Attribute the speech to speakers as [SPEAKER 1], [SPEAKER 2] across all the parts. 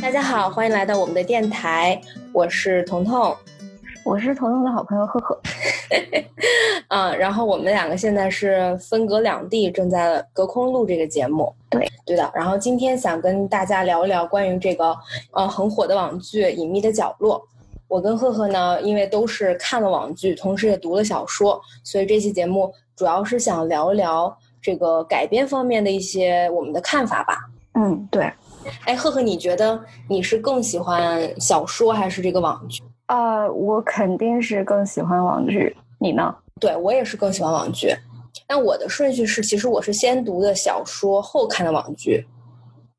[SPEAKER 1] 大家好，欢迎来到我们的电台，我是彤彤。
[SPEAKER 2] 我是彤彤的好朋友赫赫，
[SPEAKER 1] 嗯，然后我们两个现在是分隔两地，正在隔空录这个节目。
[SPEAKER 2] 对，
[SPEAKER 1] 对的。然后今天想跟大家聊一聊关于这个呃很火的网剧《隐秘的角落》。我跟赫赫呢，因为都是看了网剧，同时也读了小说，所以这期节目主要是想聊一聊这个改编方面的一些我们的看法吧。
[SPEAKER 2] 嗯，对，
[SPEAKER 1] 哎，赫赫，你觉得你是更喜欢小说还是这个网剧？
[SPEAKER 2] 呃，我肯定是更喜欢网剧，你呢？
[SPEAKER 1] 对我也是更喜欢网剧，但我的顺序是，其实我是先读的小说，后看的网剧。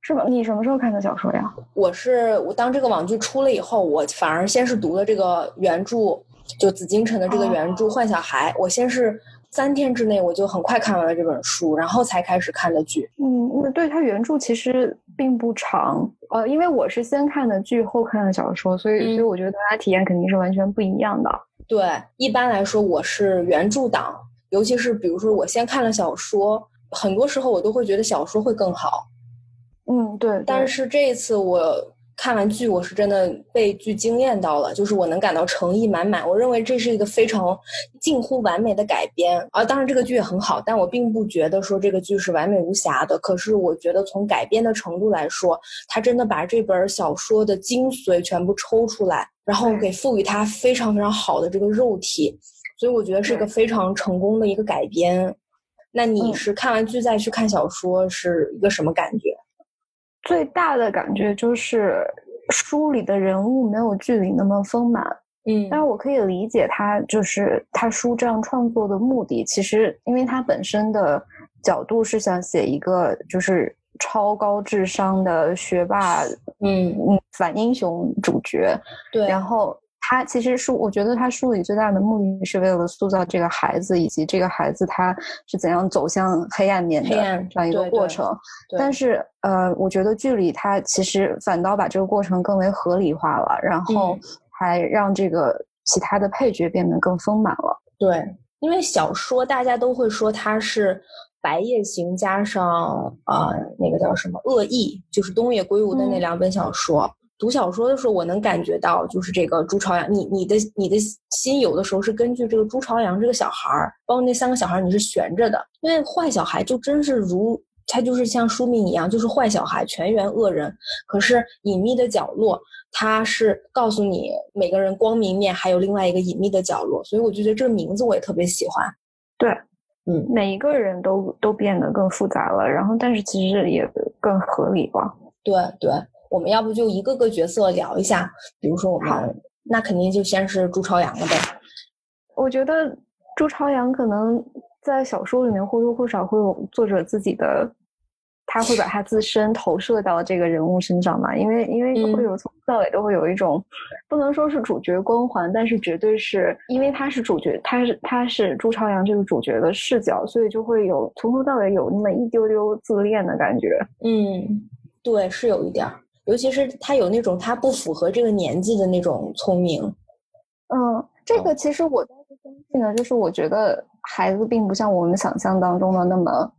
[SPEAKER 2] 是吗？你什么时候看的小说呀？
[SPEAKER 1] 我是我当这个网剧出了以后，我反而先是读了这个原著，就紫禁城的这个原著《坏小孩》，我先是三天之内我就很快看完了这本书，然后才开始看的剧。
[SPEAKER 2] 嗯，那对它原著其实并不长，呃，因为我是先看的剧，后看的小说，所以、
[SPEAKER 1] 嗯
[SPEAKER 2] 所以我觉得大家体验肯定是完全不一样的。
[SPEAKER 1] 对，一般来说我是原著党，尤其是比如说我先看了小说，很多时候我都会觉得小说会更好。
[SPEAKER 2] 嗯，对，
[SPEAKER 1] 但
[SPEAKER 2] 是
[SPEAKER 1] 是这一次我看完剧，我是真的被剧惊艳到了，就是我能感到诚意满满。我认为这是一个非常近乎完美的改编啊，当然这个剧也很好，但我并不觉得说这个剧是完美无瑕的。可是我觉得从改编的程度来说，他真的把这本小说的精髓全部抽出来，然后
[SPEAKER 2] 对
[SPEAKER 1] 给赋予它非常非常好的这个肉体，所以我觉得是一个
[SPEAKER 2] 对
[SPEAKER 1] 非常成功的一个改编。那你
[SPEAKER 2] 嗯
[SPEAKER 1] 是看完剧再去看小说，是一个什么感觉？
[SPEAKER 2] 最大的感觉就是书里的人物没有剧里那么丰满，
[SPEAKER 1] 嗯
[SPEAKER 2] 但是我可以理解他，就是他书这样创作的目的，其实因为他本身的角度是想写一个就是超高智商的学霸，
[SPEAKER 1] 嗯，
[SPEAKER 2] 嗯，反英雄主角。
[SPEAKER 1] 对，
[SPEAKER 2] 然后他其实书，我觉得他书里最大的目的是为了塑造这个孩子，以及这个孩子他是怎样走向黑暗面的
[SPEAKER 1] 黑暗
[SPEAKER 2] 这样一个
[SPEAKER 1] 对
[SPEAKER 2] 过
[SPEAKER 1] 对
[SPEAKER 2] 程。
[SPEAKER 1] 对
[SPEAKER 2] 但是呃，我觉得剧里它其实反倒把这个过程更为合理化了，然后
[SPEAKER 1] 嗯
[SPEAKER 2] 还让这个其他的配角变得更丰满了。
[SPEAKER 1] 对，因为小说大家都会说它是白夜行加上啊、呃那个叫什么恶意，就是东野圭吾的那
[SPEAKER 2] 嗯
[SPEAKER 1] 两本小说。读小说的时候，我能感觉到，就是这个朱朝阳，你你的你的心有的时候是根据这个朱朝阳这个小孩儿，包括那三个小孩儿，你是悬着的。因为坏小孩就真是如他就是像书名一样，就是坏小孩，全员恶人。可是隐秘的角落，它是告诉你每个人光明面还有另外一个隐秘的角落，所以我就觉得这个名字我也特别喜欢。
[SPEAKER 2] 对，
[SPEAKER 1] 嗯，
[SPEAKER 2] 每一个人都都变得更复杂了，然后但是其实也更合理了。
[SPEAKER 1] 对对，我们要不就一个个角色聊一下，比如说我
[SPEAKER 2] 好
[SPEAKER 1] 们那肯定就先是朱朝阳了呗。
[SPEAKER 2] 我觉得朱朝阳可能在小说里面或多或少会有作者自己的，他会把他自身投射到这个人物身上嘛，因为因为
[SPEAKER 1] 嗯
[SPEAKER 2] 会有从头到尾都会有一种，不能说是主角光环，但是绝对是因为他是主角，他是他是朱朝阳这个主角的视角，所以就会有从头到尾有那么一丢丢自恋的感觉。
[SPEAKER 1] 嗯，对，是有一点儿，尤其是他有那种他不符合这个年纪的那种聪明。
[SPEAKER 2] 嗯，这
[SPEAKER 1] 哦
[SPEAKER 2] 个其实我倒是相信的，就是我觉得孩子并不像我们想象当中的那么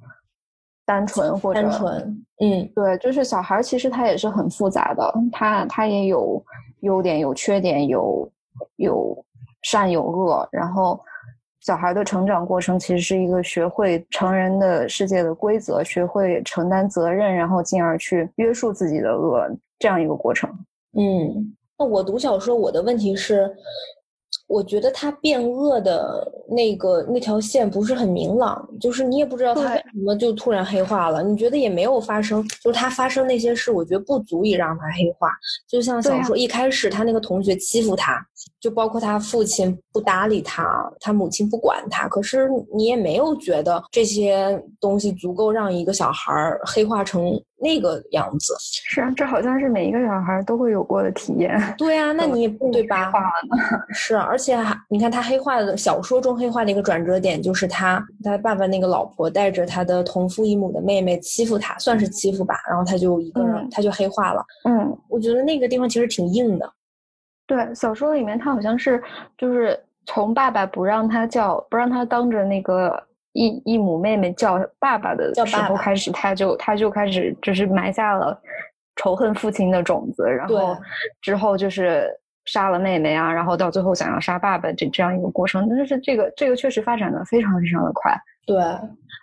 [SPEAKER 2] 单纯或者
[SPEAKER 1] 单纯，嗯，
[SPEAKER 2] 对，就是小孩儿其实他也是很复杂的，他他也有优点，有缺点，有有善有恶，然后。小孩的成长过程其实是一个学会成人的世界的规则，学会承担责任，然后进而去约束自己的恶这样一个过程。
[SPEAKER 1] 嗯，那我读小说，我的问题是，我觉得他变恶的那个那条线不是很明朗，就是你也不知道他为
[SPEAKER 2] 对
[SPEAKER 1] 什么就突然黑化了，你觉得也没有发生，就是他发生那些事，我觉得不足以让他黑化。就像
[SPEAKER 2] 对
[SPEAKER 1] 小
[SPEAKER 2] 啊
[SPEAKER 1] 说一开始，他那个同学欺负他，就包括他父亲不搭理他，他母亲不管他，可是你也没有觉得这些东西足够让一个小孩儿黑化成那个样子。
[SPEAKER 2] 是啊，这好像是每一个小孩儿都会有过的体验。
[SPEAKER 1] 对啊，那
[SPEAKER 2] 怎么
[SPEAKER 1] 你
[SPEAKER 2] 被
[SPEAKER 1] 对
[SPEAKER 2] 黑
[SPEAKER 1] 吧？
[SPEAKER 2] 化了呢
[SPEAKER 1] 是，啊而且还你看他黑化的小说中黑化的一个转折点，就是他他爸爸那个老婆带着他的同父异母的妹妹欺负他，算是欺负吧，然后他就一个人、
[SPEAKER 2] 嗯
[SPEAKER 1] 他就黑化了。
[SPEAKER 2] 嗯，
[SPEAKER 1] 我觉得那个地方其实挺硬的，
[SPEAKER 2] 对，小说里面他好像是就是从爸爸不让他叫，不让他当着那个异异母妹妹叫爸爸的
[SPEAKER 1] 叫
[SPEAKER 2] 时
[SPEAKER 1] 爸
[SPEAKER 2] 候
[SPEAKER 1] 爸
[SPEAKER 2] 开始，他就他就开始就是埋下了仇恨父亲的种子，然后
[SPEAKER 1] 对
[SPEAKER 2] 之后就是杀了妹妹啊，然后到最后想要杀爸爸这这样一个过程，但是这个这个确实发展的非常非常的快。
[SPEAKER 1] 对，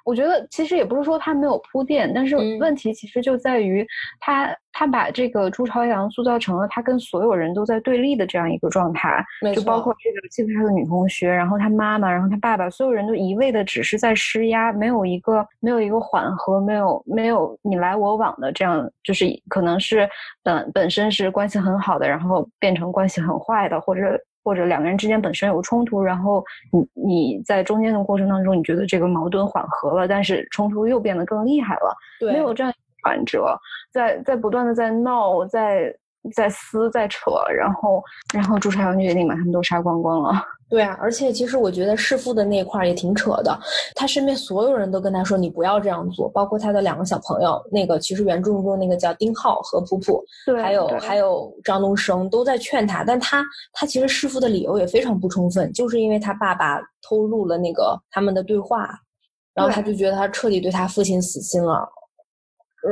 [SPEAKER 2] 我觉得其实也不是说他没有铺垫，但是
[SPEAKER 1] 嗯
[SPEAKER 2] 问题其实就在于他、他把这个朱朝阳塑造成了他跟所有人都在对立的这样一个状态，
[SPEAKER 1] 没
[SPEAKER 2] 就
[SPEAKER 1] 错，
[SPEAKER 2] 包括这个欺负他的女同学，然后他妈妈，然后他爸爸，所有人都一味的只是在施压，没有一个没有一个缓和，没有没有你来我往的这样，就是可能是本本身是关系很好的，然后变成关系很坏的，或者或者两个人之间本身有冲突，然后你你在中间的过程当中，你觉得这个矛盾缓和了，但是冲突又变得更厉害了。
[SPEAKER 1] 对
[SPEAKER 2] 没有这样一个转折，在在不断的在闹，在在撕，在扯，然后然后朱朝阳决定把他们都杀光光了。
[SPEAKER 1] 对啊，而且其实我觉得弑父的那一块儿也挺扯的，他身边所有人都跟他说你不要这样做，包括他的两个小朋友，那个其实原著中那个叫丁浩和普普，
[SPEAKER 2] 对
[SPEAKER 1] 还有还
[SPEAKER 2] 有，
[SPEAKER 1] 有张东升都在劝他，但他他其实弑父的理由也非常不充分，就是因为他爸爸偷录了那个他们的对话，然后他就觉得他彻底对他父亲死心了，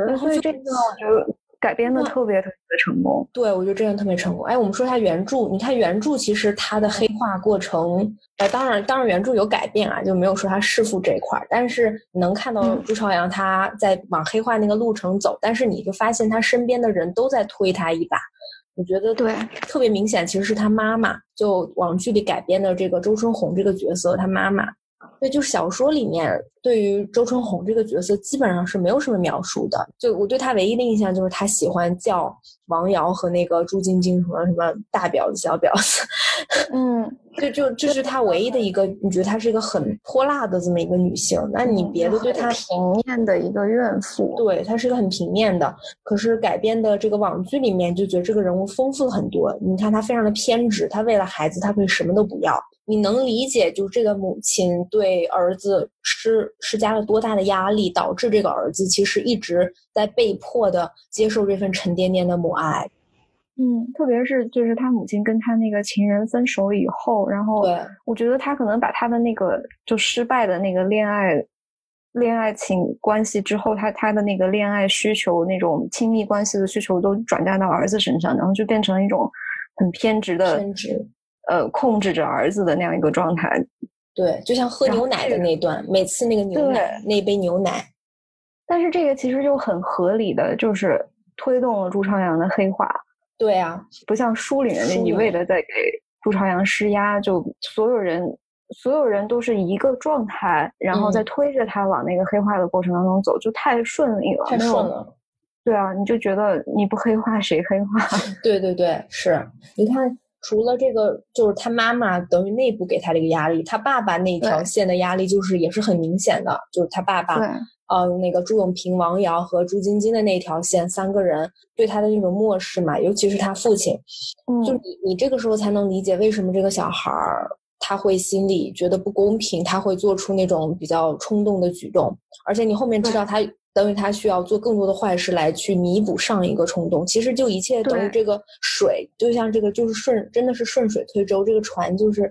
[SPEAKER 1] 然后
[SPEAKER 2] 所以
[SPEAKER 1] 就
[SPEAKER 2] 这个我觉得改编的
[SPEAKER 1] 哇
[SPEAKER 2] 特别特别的成功。
[SPEAKER 1] 对，我觉得这样特别成功。哎，我们说一下原著，你看原著其实它的黑化过程，呃，当然当然原著有改变啊，就没有说它弑父这一块儿，但是你能看到
[SPEAKER 2] 嗯
[SPEAKER 1] 朱朝阳他在往黑化那个路程走，但是你就发现他身边的人都在推他一把。我觉得
[SPEAKER 2] 对
[SPEAKER 1] 特别明显，其实是他妈妈，就网剧里改编的这个周春红这个角色，他妈妈。对，就是小说里面对于周春红这个角色基本上是没有什么描述的。就我对她唯一的印象就是她喜欢叫王瑶和那个朱晶晶什么什么大婊子、小婊子，
[SPEAKER 2] 嗯，
[SPEAKER 1] 就就这是她唯一的一个，你觉得她是一个很泼辣的这么一个女性，那你别的对她
[SPEAKER 2] 平面的一个怨妇，
[SPEAKER 1] 对，它是一个很平面的，可是改编的这个网剧里面就觉得这个人物丰富了很多。你看他非常的偏执，他为了孩子，他可以什么都不要。你能理解，就是这个母亲对儿子施施加了多大的压力，导致这个儿子其实一直在被迫的接受这份沉甸甸的母爱。
[SPEAKER 2] 嗯，特别是就是他母亲跟他那个情人分手以后，然后
[SPEAKER 1] 对，
[SPEAKER 2] 我觉得他可能把他的那个就失败的那个恋爱恋爱情关系之后，他他的那个恋爱需求那种亲密关系的需求都转嫁到儿子身上，然后就变成一种很偏执的
[SPEAKER 1] 偏执
[SPEAKER 2] 呃控制着儿子的那样一个状态。
[SPEAKER 1] 对，就像喝
[SPEAKER 2] 然后
[SPEAKER 1] 牛奶的
[SPEAKER 2] 这个
[SPEAKER 1] 那段，每次那个牛奶那杯牛奶，
[SPEAKER 2] 但是这个其实就很合理的，就是推动了朱朝阳的黑化，
[SPEAKER 1] 对啊，
[SPEAKER 2] 不像书里面那
[SPEAKER 1] 书
[SPEAKER 2] 一
[SPEAKER 1] 里
[SPEAKER 2] 味
[SPEAKER 1] 面
[SPEAKER 2] 的在给朱朝阳施压，就所有人所有人都是一个状态，然后
[SPEAKER 1] 嗯
[SPEAKER 2] 再推着他往那个黑化的过程当中走，就太顺利了，
[SPEAKER 1] 太
[SPEAKER 2] 没
[SPEAKER 1] 顺
[SPEAKER 2] 有
[SPEAKER 1] 了。
[SPEAKER 2] 对啊，你就觉得你不黑化谁黑化？
[SPEAKER 1] 对对对，是你看，除了这个，就是他妈妈等于内部给他这个压力，他爸爸那条
[SPEAKER 2] 对
[SPEAKER 1] 线的压力就是也是很明显的，就是他爸爸，
[SPEAKER 2] 啊
[SPEAKER 1] 呃，那个朱永平、王瑶和朱晶晶的那条线，三个人对他的那种漠视嘛，尤其是他父亲，就
[SPEAKER 2] 嗯，
[SPEAKER 1] 你你这个时候才能理解为什么这个小孩儿他会心里觉得不公平，他会做出那种比较冲动的举动，而且你后面知道他等于他需要做更多的坏事来去弥补上一个冲动，其实就一切等于
[SPEAKER 2] 对
[SPEAKER 1] 这个水，就像这个就是顺真的是顺水推舟，这个船就是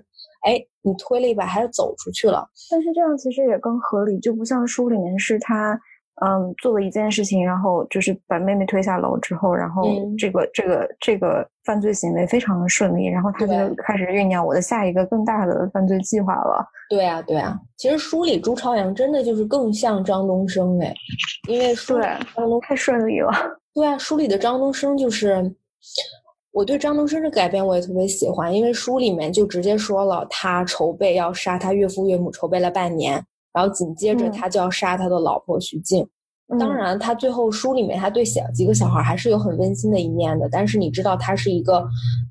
[SPEAKER 1] 哎你推了一把还是走出去了，
[SPEAKER 2] 但是这样其实也更合理，就不像书里面是他。嗯，做了一件事情，然后就是把妹妹推下楼之后，然后
[SPEAKER 1] 嗯
[SPEAKER 2] 这个、这个这个犯罪行为非常的顺利，然后他就
[SPEAKER 1] 对
[SPEAKER 2] 开始酝酿我的下一个更大的犯罪计划了。
[SPEAKER 1] 对啊对啊，其实书里朱朝阳真的就是更像张东升哎，因为书里
[SPEAKER 2] 对
[SPEAKER 1] 张东
[SPEAKER 2] 嗯太顺利了，
[SPEAKER 1] 对啊，书里的张东升就是，我对张东升的改编我也特别喜欢，因为书里面就直接说了他筹备要杀他岳父岳母，筹备了半年，然后紧接着
[SPEAKER 2] 嗯
[SPEAKER 1] 他就要杀他的老婆徐静。当
[SPEAKER 2] 嗯，
[SPEAKER 1] 然，他最后书里面他对小几个小孩还是有很温馨的一面的，但是你知道他是一个，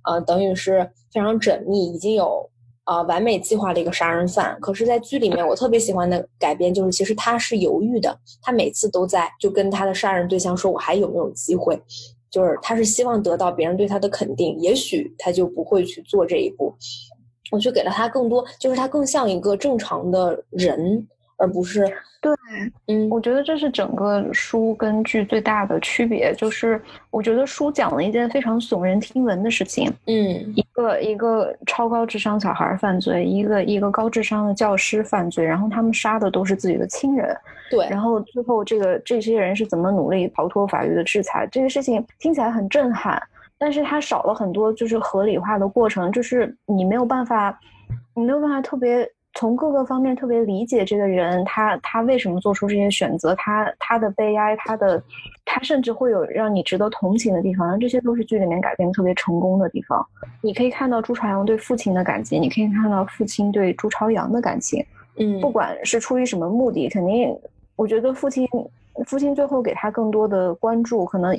[SPEAKER 1] 呃，等于是非常缜密，已经有呃完美计划的一个杀人犯。可是，在剧里面，我特别喜欢的改编就是，其实他是犹豫的，他每次都在就跟他的杀人对象说：“我还有没有机会？”就是他是希望得到别人对他的肯定，也许他就不会去做这一步。我就给了他更多，就是他更像一个正常的人，而不是
[SPEAKER 2] 对，
[SPEAKER 1] 嗯
[SPEAKER 2] 我觉得这是整个书跟剧最大的区别，就是我觉得书讲了一件非常耸人听闻的事情，
[SPEAKER 1] 嗯
[SPEAKER 2] 一个一个超高智商小孩犯罪，一个一个高智商的教师犯罪，然后他们杀的都是自己的亲人，
[SPEAKER 1] 对，
[SPEAKER 2] 然后最后这个这些人是怎么努力逃脱法律的制裁？这个事情听起来很震撼，但是它少了很多就是合理化的过程，就是你没有办法，你没有办法特别从各个方面特别理解这个人，他他为什么做出这些选择，他他的悲哀，他的他甚至会有让你值得同情的地方，然后这些都是剧里面改编特别成功的地方。你可以看到朱朝阳对父亲的感情，你可以看到父亲对朱朝阳的感情。
[SPEAKER 1] 嗯
[SPEAKER 2] 不管是出于什么目的，肯定我觉得父亲父亲最后给他更多的关注，可能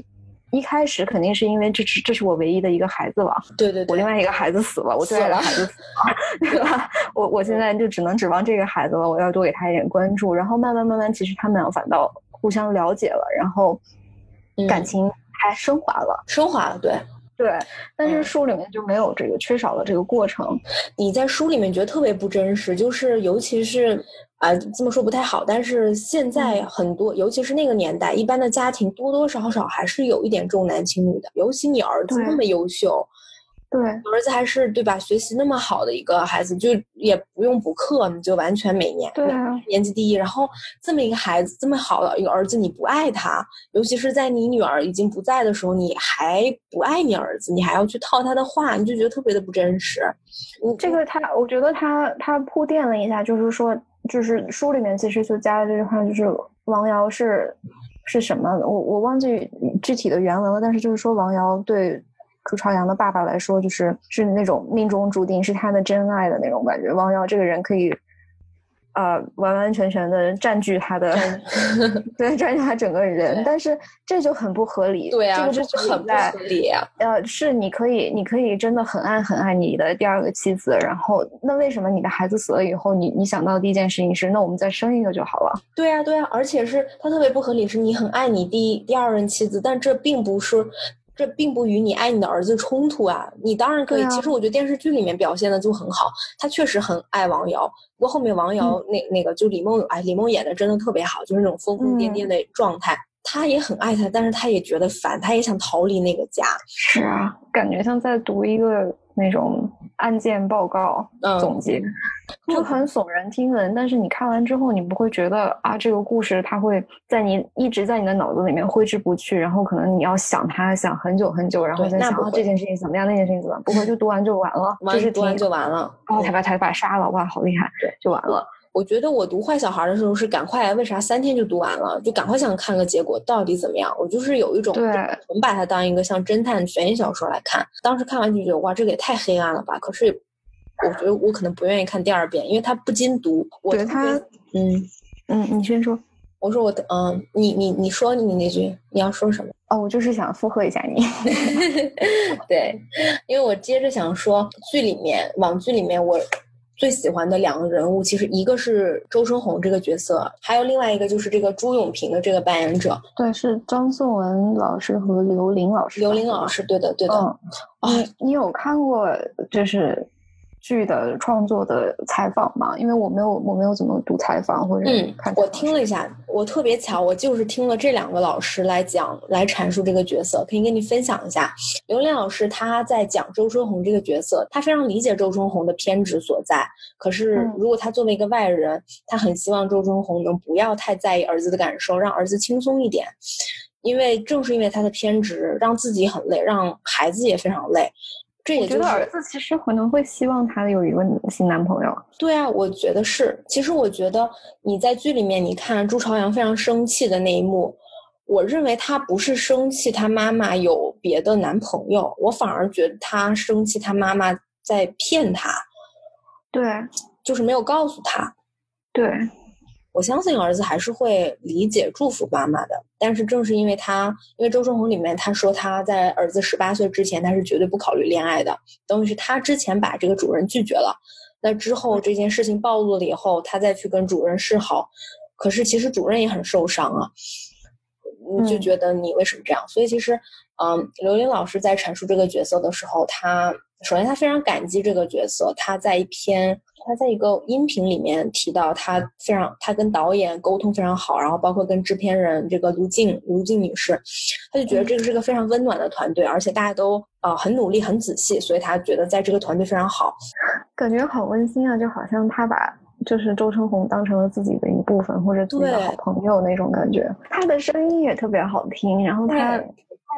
[SPEAKER 2] 一开始肯定是因为这是这是我唯一的一个孩子了，
[SPEAKER 1] 对对
[SPEAKER 2] 我
[SPEAKER 1] 对，
[SPEAKER 2] 另外一个孩子死了，我最爱的孩子死了， 对吧？我我现在就只能指望这个孩子了，我要多给他一点关注。然后慢慢慢慢，其实他们俩反倒互相了解了，然后
[SPEAKER 1] 嗯
[SPEAKER 2] 感情还升华了。
[SPEAKER 1] 升华了。对，
[SPEAKER 2] 对，但
[SPEAKER 1] 嗯
[SPEAKER 2] 是书里面就没有这个，缺少了这个过程。
[SPEAKER 1] 你在书里面觉得特别不真实，就是尤其是啊、这么说不太好，但是现在
[SPEAKER 2] 嗯
[SPEAKER 1] 很多，尤其是那个年代，一般的家庭多多少少还是有一点重男轻女的，尤其你儿子
[SPEAKER 2] 对
[SPEAKER 1] 那么优秀，
[SPEAKER 2] 对，
[SPEAKER 1] 儿子还是对吧，学习那么好的一个孩子，就也不用补课，你就完全每年
[SPEAKER 2] 对啊，
[SPEAKER 1] 年级第一。然后这么一个孩子，这么好的一个儿子，你不爱他，尤其是在你女儿已经不在的时候，你还不爱你儿子，你还要去套他的话，你就觉得特别的不真实。你
[SPEAKER 2] 嗯这个他，我觉得他他铺垫了一下，就是说，就是书里面其实就加了这句话，就是王瑶是是什么？我我忘记具体的原文了，但是就是说王瑶对朱朝阳的爸爸来说，就是是那种命中注定是他的真爱的那种感觉。王瑶这个人可以。呃，完完全全的占据他的， 对，占据他整个人
[SPEAKER 1] 对，
[SPEAKER 2] 但是这就很不合理。
[SPEAKER 1] 对啊，
[SPEAKER 2] 这个
[SPEAKER 1] 这
[SPEAKER 2] 就
[SPEAKER 1] 就是很不
[SPEAKER 2] 在
[SPEAKER 1] 合理啊。
[SPEAKER 2] 呃，是你可以，你可以真的很爱很爱你的第二个妻子，然后那为什么你的孩子死了以后，你你想到的第一件事情是，那我们再生一个就好了？
[SPEAKER 1] 对啊，对啊，而且是他特别不合理，是你很爱你第一第二任妻子，但这并不是，这并不与你爱你的儿子冲突啊。你当然可以，
[SPEAKER 2] 对啊
[SPEAKER 1] 其实我觉得电视剧里面表现的就很好，他确实很爱王瑶。不过后面王
[SPEAKER 2] 嗯
[SPEAKER 1] 瑶、那那个就李梦，哎，李梦演的真的特别好，就是那种疯疯癫癫
[SPEAKER 2] 嗯
[SPEAKER 1] 的状态。他也很爱他，但是他也觉得烦，他也想逃离那个家。
[SPEAKER 2] 是啊，感觉像在读一个那种案件报告
[SPEAKER 1] 嗯
[SPEAKER 2] 总结，就很耸人听闻。但是你看完之后，你不会觉得啊，这个故事它会在你一直在你的脑子里面挥之不去，然后可能你要想它想很久很久，然后
[SPEAKER 1] 对
[SPEAKER 2] 再
[SPEAKER 1] 那
[SPEAKER 2] 想
[SPEAKER 1] 不
[SPEAKER 2] 啊
[SPEAKER 1] 会
[SPEAKER 2] 这件事情怎么样，那件事情怎么样，不会就读完就完了，
[SPEAKER 1] 完
[SPEAKER 2] 这是
[SPEAKER 1] 读完
[SPEAKER 2] 挺
[SPEAKER 1] 就完了。
[SPEAKER 2] 哦，他把他把杀了，哇，好厉害，
[SPEAKER 1] 对，
[SPEAKER 2] 就完了。
[SPEAKER 1] 我觉得我读坏小孩的时候是赶快，为啥三天就读完了？就赶快想看个结果到底怎么样。我就是有一种，
[SPEAKER 2] 对
[SPEAKER 1] 纯把它当一个像侦探悬疑小说来看。当时看完就觉得哇，这个也太黑暗了吧！可是也我觉得我可能不愿意看第二遍，因为它不禁读。我
[SPEAKER 2] 对
[SPEAKER 1] 特别
[SPEAKER 2] 他，
[SPEAKER 1] 嗯，
[SPEAKER 2] 嗯，你先说。
[SPEAKER 1] 我说我的嗯，你你你说你那句你要说什么？
[SPEAKER 2] 哦，我就是想附和一下你。
[SPEAKER 1] 对，因为我接着想说，剧里面网剧里面我最喜欢的两个人物，其实一个是周春红这个角色，还有另外一个就是这个朱永平的这个扮演者
[SPEAKER 2] 对，是张颂文老师和刘琳老师吧。
[SPEAKER 1] 刘琳
[SPEAKER 2] 对吧
[SPEAKER 1] 老。师。对的，对的。
[SPEAKER 2] 嗯，
[SPEAKER 1] 啊
[SPEAKER 2] 你你有看过就是剧的创作的采访吗？因为我没有，我没有怎么读采访或者
[SPEAKER 1] 嗯
[SPEAKER 2] 看采访。，
[SPEAKER 1] 我听了一下，我特别巧，我就是听了这两个老师来讲，来阐述这个角色，可以跟你分享一下。刘恋老师他在讲周春红这个角色，他非常理解周春红的偏执所在。可是
[SPEAKER 2] 嗯
[SPEAKER 1] 如果他作为一个外人，他很希望周春红能不要太在意儿子的感受，让儿子轻松一点。因为正是因为他的偏执，让自己很累，让孩子也非常累。这
[SPEAKER 2] 我
[SPEAKER 1] 也
[SPEAKER 2] 觉
[SPEAKER 1] 就
[SPEAKER 2] 得儿
[SPEAKER 1] 是
[SPEAKER 2] 子其实可能会希望他有一个新男朋友。
[SPEAKER 1] 对啊，我觉得是。其实我觉得你在剧里面，你看朱朝阳非常生气的那一幕，我认为他不是生气他妈妈有别的男朋友，我反而觉得他生气他妈妈在骗他，
[SPEAKER 2] 对
[SPEAKER 1] 就是没有告诉他。
[SPEAKER 2] 对，
[SPEAKER 1] 我相信儿子还是会理解祝福妈妈的，但是正是因为他，因为周春红里面他说他在儿子十八岁之前，他是绝对不考虑恋爱的，等于是他之前把这个主人拒绝了，那之后这件事情暴露了以后，他再去跟主任示好，可是其实主任也很受伤啊，
[SPEAKER 2] 嗯
[SPEAKER 1] 你就呃觉得你为什么这样？所以其实，嗯，刘琳老师在阐述这个角色的时候，他首先，他非常感激这个角色。他在一篇，他在一个音频里面提到，他非常，他跟导演沟通非常好，然后包括跟制片人这个卢静，卢静女士，他就觉得
[SPEAKER 2] 嗯
[SPEAKER 1] 这个是个非常温暖的团队，而且大家都呃很努力、很仔细，所以他觉得在这个团队非常好。
[SPEAKER 2] 感觉好温馨啊，就好像他把就是周春红当成了自己的一部分，或者自己的
[SPEAKER 1] 对
[SPEAKER 2] 好朋友那种感觉。他的声音也特别好听，然后他
[SPEAKER 1] 对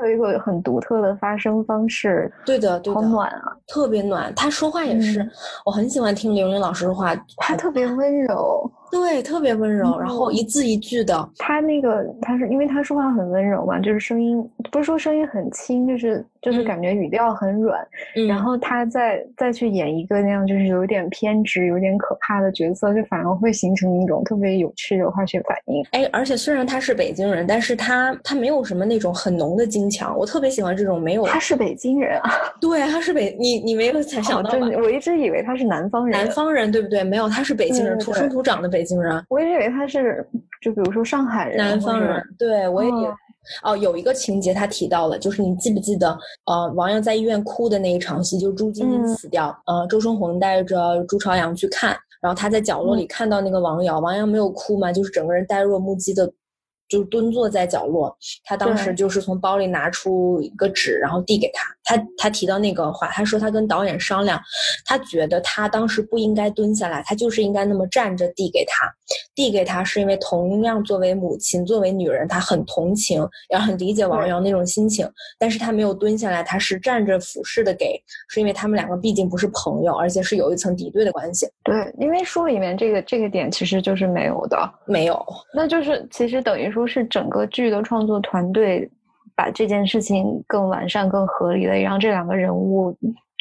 [SPEAKER 2] 他有一个很独特的发声方式，
[SPEAKER 1] 对的，对
[SPEAKER 2] 好
[SPEAKER 1] 的，
[SPEAKER 2] 暖 啊，
[SPEAKER 1] 特别暖。他说话也是，
[SPEAKER 2] 嗯
[SPEAKER 1] 我很喜欢听刘琳老师说话，
[SPEAKER 2] 他特别温柔。
[SPEAKER 1] 对，特别温柔，然
[SPEAKER 2] 嗯
[SPEAKER 1] 后一字一句的，
[SPEAKER 2] 他那个他是因为他说话很温柔嘛，就是声音不是说声音很轻，就是就
[SPEAKER 1] 嗯
[SPEAKER 2] 是感觉语调很软，
[SPEAKER 1] 嗯，
[SPEAKER 2] 然后他再再去演一个那样就是有点偏执、有点可怕的角色，就反而会形成一种特别有趣的化学反应。
[SPEAKER 1] 哎，而且虽然他是北京人，但是他他没有什么那种很浓的京腔，我特别喜欢这种没有。
[SPEAKER 2] 他是北京人啊，
[SPEAKER 1] 对，他是北，你你没有才想
[SPEAKER 2] 好
[SPEAKER 1] 到
[SPEAKER 2] 震
[SPEAKER 1] 吧？
[SPEAKER 2] 惊哦我一直以为他是南方人，
[SPEAKER 1] 南方人对不对？没有，他是北京人，
[SPEAKER 2] 对对
[SPEAKER 1] 土
[SPEAKER 2] 对
[SPEAKER 1] 生土长的北京人，
[SPEAKER 2] 我一直以为他是就比如说上海人，
[SPEAKER 1] 南方人。。对，我也以为
[SPEAKER 2] 哦
[SPEAKER 1] 哦，有一个情节他提到了，就是你记不记得，呃，王阳在医院哭的那一场戏，就是朱晶晶
[SPEAKER 2] 嗯
[SPEAKER 1] 死掉，呃，周春红带着朱朝阳去看，然后他在
[SPEAKER 2] 嗯
[SPEAKER 1] 角落里看到那个王瑶，王瑶没有哭嘛，就是整个人呆若木鸡的，就蹲坐在角落。他当时
[SPEAKER 2] 对
[SPEAKER 1] 就是从包里拿出一个纸，然后递给他。他他提到那个话，他说他跟导演商量，他觉得他当时不应该蹲下来，他就是应该那么站着递给他。递给他是因为同样作为母亲、作为女人，她很同情，也很理解王
[SPEAKER 2] 对
[SPEAKER 1] 瑶那种心情，但是她没有蹲下来，她是站着俯视的给，是因为他们两个毕竟不是朋友，而且是有一层敌对的关系。
[SPEAKER 2] 对，因为书里面这个这个点其实就是没有的，
[SPEAKER 1] 没有，
[SPEAKER 2] 那就是其实等于说是整个剧的创作团队把这件事情更完善、更合理的，也让这两个人物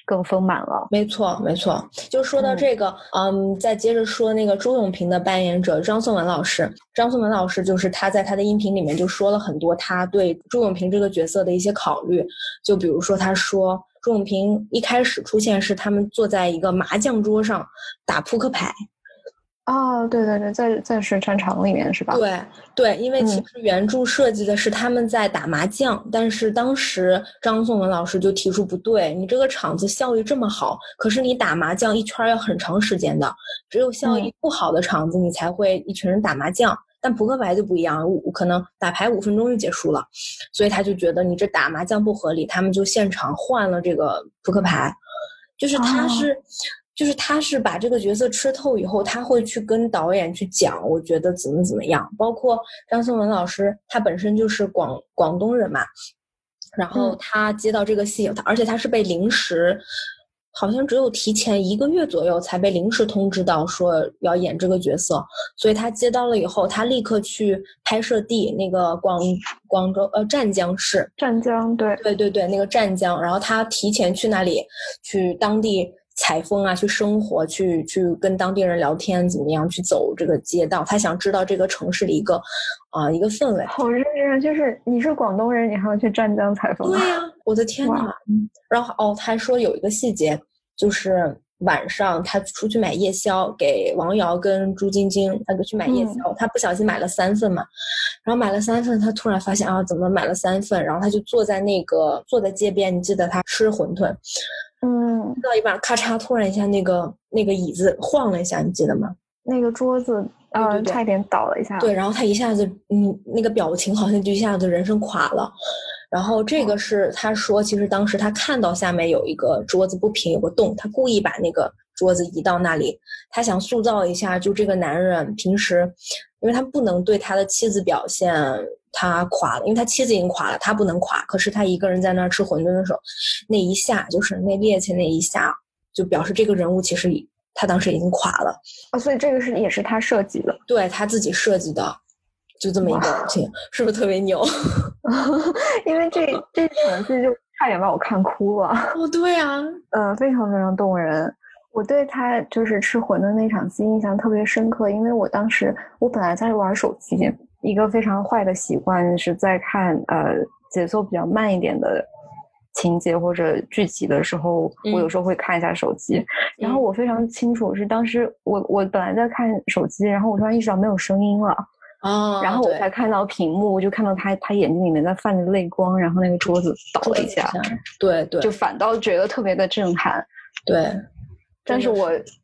[SPEAKER 2] 更丰满了。
[SPEAKER 1] 没错，没错。就说到
[SPEAKER 2] 嗯
[SPEAKER 1] 这个，嗯再接着说那个朱永平的扮演者张颂文老师。张颂文老师就是他在他的音频里面就说了很多他对朱永平这个角色的一些考虑，就比如说他说朱永平一开始出现是他们坐在一个麻将桌上打扑克牌，
[SPEAKER 2] 哦，对对对，在在水战场里面是吧？
[SPEAKER 1] 对对，因为其
[SPEAKER 2] 嗯
[SPEAKER 1] 实原著设计的是他们在打麻将，但是当时张颂文老师就提出不对，你这个场子效益这么好，可是你打麻将一圈儿要很长时间的，只有效
[SPEAKER 2] 嗯
[SPEAKER 1] 益不好的场子你才会一群人打麻将，但扑克牌就不一样，五可能打牌五分钟就结束了，所以他就觉得你这打麻将不合理，他们就现场换了这个扑克牌，就是他
[SPEAKER 2] 哦
[SPEAKER 1] 是。就是他是把这个角色吃透以后，他会去跟导演去讲，我觉得怎么怎么样。包括张颂文老师，他本身就是广广东人嘛，然后
[SPEAKER 2] 嗯
[SPEAKER 1] 他接到这个戏，他而且他是被临时，好像只有提前一个月左右才被临时通知到说要演这个角色，所以他接到了以后，他立刻去拍摄地那个广广州呃湛江市，
[SPEAKER 2] 湛江对，
[SPEAKER 1] 对对对，那个湛江，然后他提前去那里，去当地采风啊，去生活，去去跟当地人聊天，怎么样，去走这个街道，他想知道这个城市的一个啊、一个氛围。
[SPEAKER 2] 好认真啊！就是你是广东人，你还要去湛江采风
[SPEAKER 1] 对
[SPEAKER 2] 啊？
[SPEAKER 1] 呀、我的天呐
[SPEAKER 2] 哇！
[SPEAKER 1] 然后哦，他还说有一个细节，就是晚上他出去买夜宵，给王瑶跟朱晶晶，他去买夜宵，他不小心买了三份嘛，然后买了三份，他突然发现啊，怎么买了三份？然后他就坐在那个坐在街边，你记得他吃馄饨，
[SPEAKER 2] 嗯，
[SPEAKER 1] 到一半，咔嚓，突然一下，那个那个椅子晃了一下，你记得吗？
[SPEAKER 2] 那个桌子
[SPEAKER 1] 对
[SPEAKER 2] 啊、
[SPEAKER 1] 对
[SPEAKER 2] 呃，
[SPEAKER 1] 对
[SPEAKER 2] 差一点倒了一下。
[SPEAKER 1] 对，然后他一下子，嗯，那个表情好像就一下子人生垮了。然后这
[SPEAKER 2] 哦
[SPEAKER 1] 个是他说，其实当时他看到下面有一个桌子不平，有个洞，他故意把那个桌子移到那里，他想塑造一下，就这个男人平时，因为他不能对他的妻子表现他垮了，因为他妻子已经垮了，他不能垮。可是他一个人在那儿吃馄饨的时候，那一下就是那趔趄那一下，就表示这个人物其实已他当时已经垮了。
[SPEAKER 2] 哦，所以这个是也是他设计的。
[SPEAKER 1] 对他自己设计的，就这么一个
[SPEAKER 2] 哇
[SPEAKER 1] 东西，是不是特别 牛？
[SPEAKER 2] 因为这这场戏就差点把我看哭了，
[SPEAKER 1] 哦，对啊，
[SPEAKER 2] 呃，非常非常动人。我对他就是吃馄饨那场戏印象特别深刻，因为我当时我本来在玩手机，一个非常坏的习惯是在看呃节奏比较慢一点的情节或者剧集的时候，我有
[SPEAKER 1] 嗯
[SPEAKER 2] 时候会看一下手机，然后我非常清楚是当时我我本来在看手机，然后我突然意识到没有声音了，
[SPEAKER 1] 哦，
[SPEAKER 2] 然后我
[SPEAKER 1] 对
[SPEAKER 2] 才看到屏幕，我就看到他他眼睛里面在泛着泪光，然后那个桌子倒了一下，
[SPEAKER 1] 对对
[SPEAKER 2] 就反倒觉得特别的震撼。
[SPEAKER 1] 对，
[SPEAKER 2] 但是
[SPEAKER 1] 真的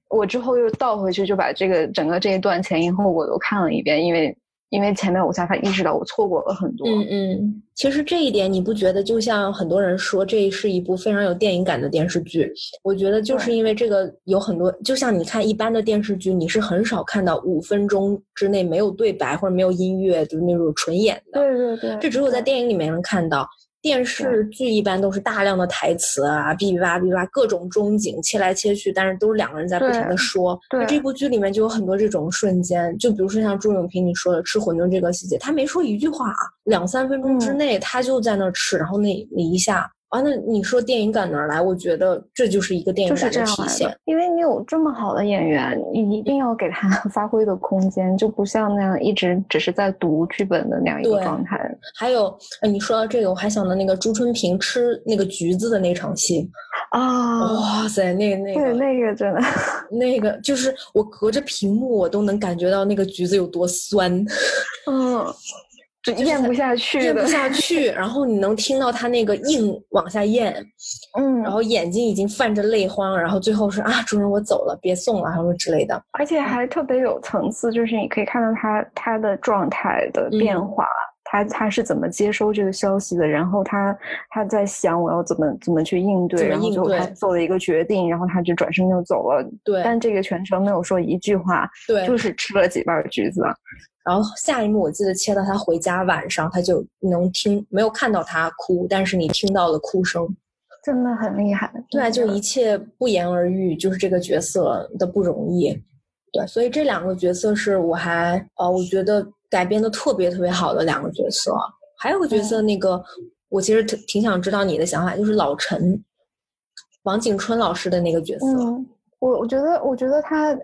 [SPEAKER 2] 我我之后又倒回去，就把这个整个这一段前因后果都看了一遍，因为因为前面我才发意识到我错过了很多。
[SPEAKER 1] 嗯嗯，其实这一点你不觉得？就像很多人说，这是一部非常有电影感的电视剧。我觉得就是
[SPEAKER 2] 对
[SPEAKER 1] 因为这个有很多，就像你看一般的电视剧，你是很少看到五分钟之内没有对白或者没有音乐，就是那种纯演的。
[SPEAKER 2] 对对对，
[SPEAKER 1] 这只有在
[SPEAKER 2] 对
[SPEAKER 1] 电影里面能看到。电视剧一般都是大量的台词啊，哔哔吧哔吧，各种中景切来切去，但是都是两个人在不
[SPEAKER 2] 对
[SPEAKER 1] 停的说。
[SPEAKER 2] 对
[SPEAKER 1] 那这部剧里面就有很多这种瞬间，就比如说像朱永平你说的吃馄饨这个细节，他没说一句话啊，两三分钟之
[SPEAKER 2] 嗯
[SPEAKER 1] 内他就在那儿吃，然后那那一下啊，那你说电影感哪儿来？我觉得这就是一个电影
[SPEAKER 2] 就是
[SPEAKER 1] 感
[SPEAKER 2] 这
[SPEAKER 1] 的
[SPEAKER 2] 样
[SPEAKER 1] 体
[SPEAKER 2] 来
[SPEAKER 1] 现
[SPEAKER 2] 的。，因为你有这么好的演员，你一定要给他 发挥的空间，就不像那样一直只是在读剧本的那样一个
[SPEAKER 1] 对
[SPEAKER 2] 状态。
[SPEAKER 1] 还有，呃你说到这个，我还想到那个朱春平吃那个橘子的那场戏，
[SPEAKER 2] 啊
[SPEAKER 1] 哇塞，那哦那
[SPEAKER 2] 对，
[SPEAKER 1] 个
[SPEAKER 2] 那个真的，
[SPEAKER 1] 那个就是我隔着屏幕，我都能感觉到那个橘子有多酸，
[SPEAKER 2] 嗯，就
[SPEAKER 1] 就是
[SPEAKER 2] 咽
[SPEAKER 1] 它
[SPEAKER 2] 不下去
[SPEAKER 1] 咽
[SPEAKER 2] 的
[SPEAKER 1] 不，下去。然后你能听到它那个硬往下咽，
[SPEAKER 2] 嗯，
[SPEAKER 1] 然后眼睛已经泛着泪花，然后最后是啊，主人我走了，别送了，什么之类的。
[SPEAKER 2] 而且还特别有层次，就是你可以看到他他的状态的变
[SPEAKER 1] 嗯
[SPEAKER 2] 化，他他是怎么接收这个消息的，然后他他在想我要怎么怎么去应对，
[SPEAKER 1] 怎么
[SPEAKER 2] 然后
[SPEAKER 1] 应
[SPEAKER 2] 最后他
[SPEAKER 1] 对
[SPEAKER 2] 做了一个决定，然后他就转身就走了，
[SPEAKER 1] 对
[SPEAKER 2] 但这个全程没有说一句话，
[SPEAKER 1] 对，
[SPEAKER 2] 就是吃了几瓣橘子。啊
[SPEAKER 1] 然后下一幕我记得切到他回家晚上，他就能听没有看到他哭，但是你听到了哭声。
[SPEAKER 2] 真的很厉害，
[SPEAKER 1] 对啊，就
[SPEAKER 2] 真的
[SPEAKER 1] 一切不言而喻，就是这个角色的不容易。对，所以这两个角色是我还呃，我觉得改编的特别特别好的两个角色。还有个角
[SPEAKER 2] 嗯
[SPEAKER 1] 色，那个、我其实挺挺想知道你的想法，就是老陈，王景春老师的那个角色。
[SPEAKER 2] 嗯，我我觉得，我觉得他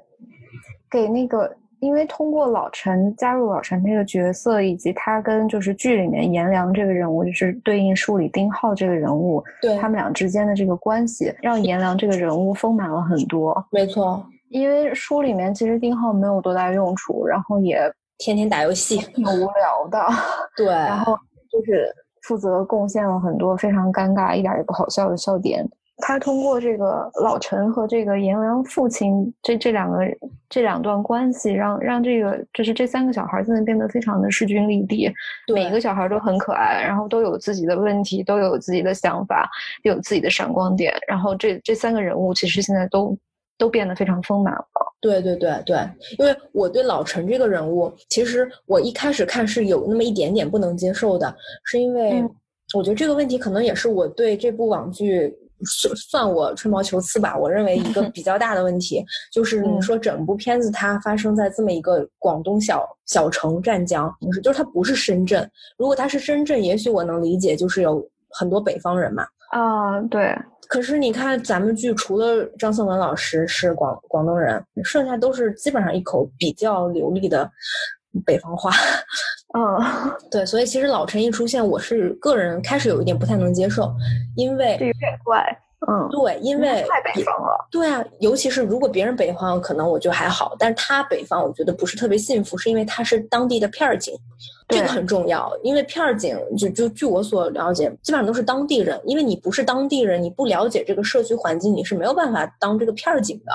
[SPEAKER 2] 给那个，因为通过老陈加入老陈这个角色，以及他跟就是剧里面颜良这个人物，就是对应书里丁浩这个人物，
[SPEAKER 1] 对，
[SPEAKER 2] 他们俩之间的这个关系，让颜良这个人物丰满了很多。
[SPEAKER 1] 没错，
[SPEAKER 2] 因为书里面其实丁浩没有多大用处，然后也
[SPEAKER 1] 天天打游戏。
[SPEAKER 2] 挺无聊的，
[SPEAKER 1] 对，
[SPEAKER 2] 然后就是负责贡献了很多非常尴尬、一点儿也不好笑的笑点。他通过这个老陈和这个颜良父亲这这两个人这两段关系让，让这个就是这三个小孩儿真的变得非常的势均力敌，每一
[SPEAKER 1] 对
[SPEAKER 2] 个小孩儿都很可爱，然后都有自己的问题，都有自己的想法，有自己的闪光点。然后这这三个人物其实现在都都变得非常丰满了。
[SPEAKER 1] 对对对对，因为我对老陈这个人物，其实我一开始看是有那么一点点不能接受的，是因为
[SPEAKER 2] 嗯
[SPEAKER 1] 我觉得这个问题可能也是我对这部网剧算算我吹毛求疵吧，我认为一 个比较大的问题就是你
[SPEAKER 2] 嗯
[SPEAKER 1] 说整部片子它发生在这么一个广东小小城湛江，就是它不是深圳，如果它是深圳，也许我能理解，就是有很多北方人嘛，
[SPEAKER 2] 啊、对，
[SPEAKER 1] 可是你看，咱们剧除了张颂文老师是广广东人，剩下都是基本上一口比较流利的北方话。
[SPEAKER 2] 嗯，
[SPEAKER 1] 对，所以其实老陈一出现，我是个人开始有一点不太能接受，因
[SPEAKER 2] 这
[SPEAKER 1] 为
[SPEAKER 2] 有点怪，嗯，
[SPEAKER 1] 对，因为
[SPEAKER 2] 太北方了，
[SPEAKER 1] 对啊，尤其是如果别人北方，可能我就还好，但是他北方，我觉得不是特别幸福，是因为他是当地的片儿警，这个
[SPEAKER 2] 对
[SPEAKER 1] 很重要。因为片儿警就就据我所了解，基本上都是当地人，因为你不是当地人，你不了解这个社区环境，你是没有办法当这个片儿警的。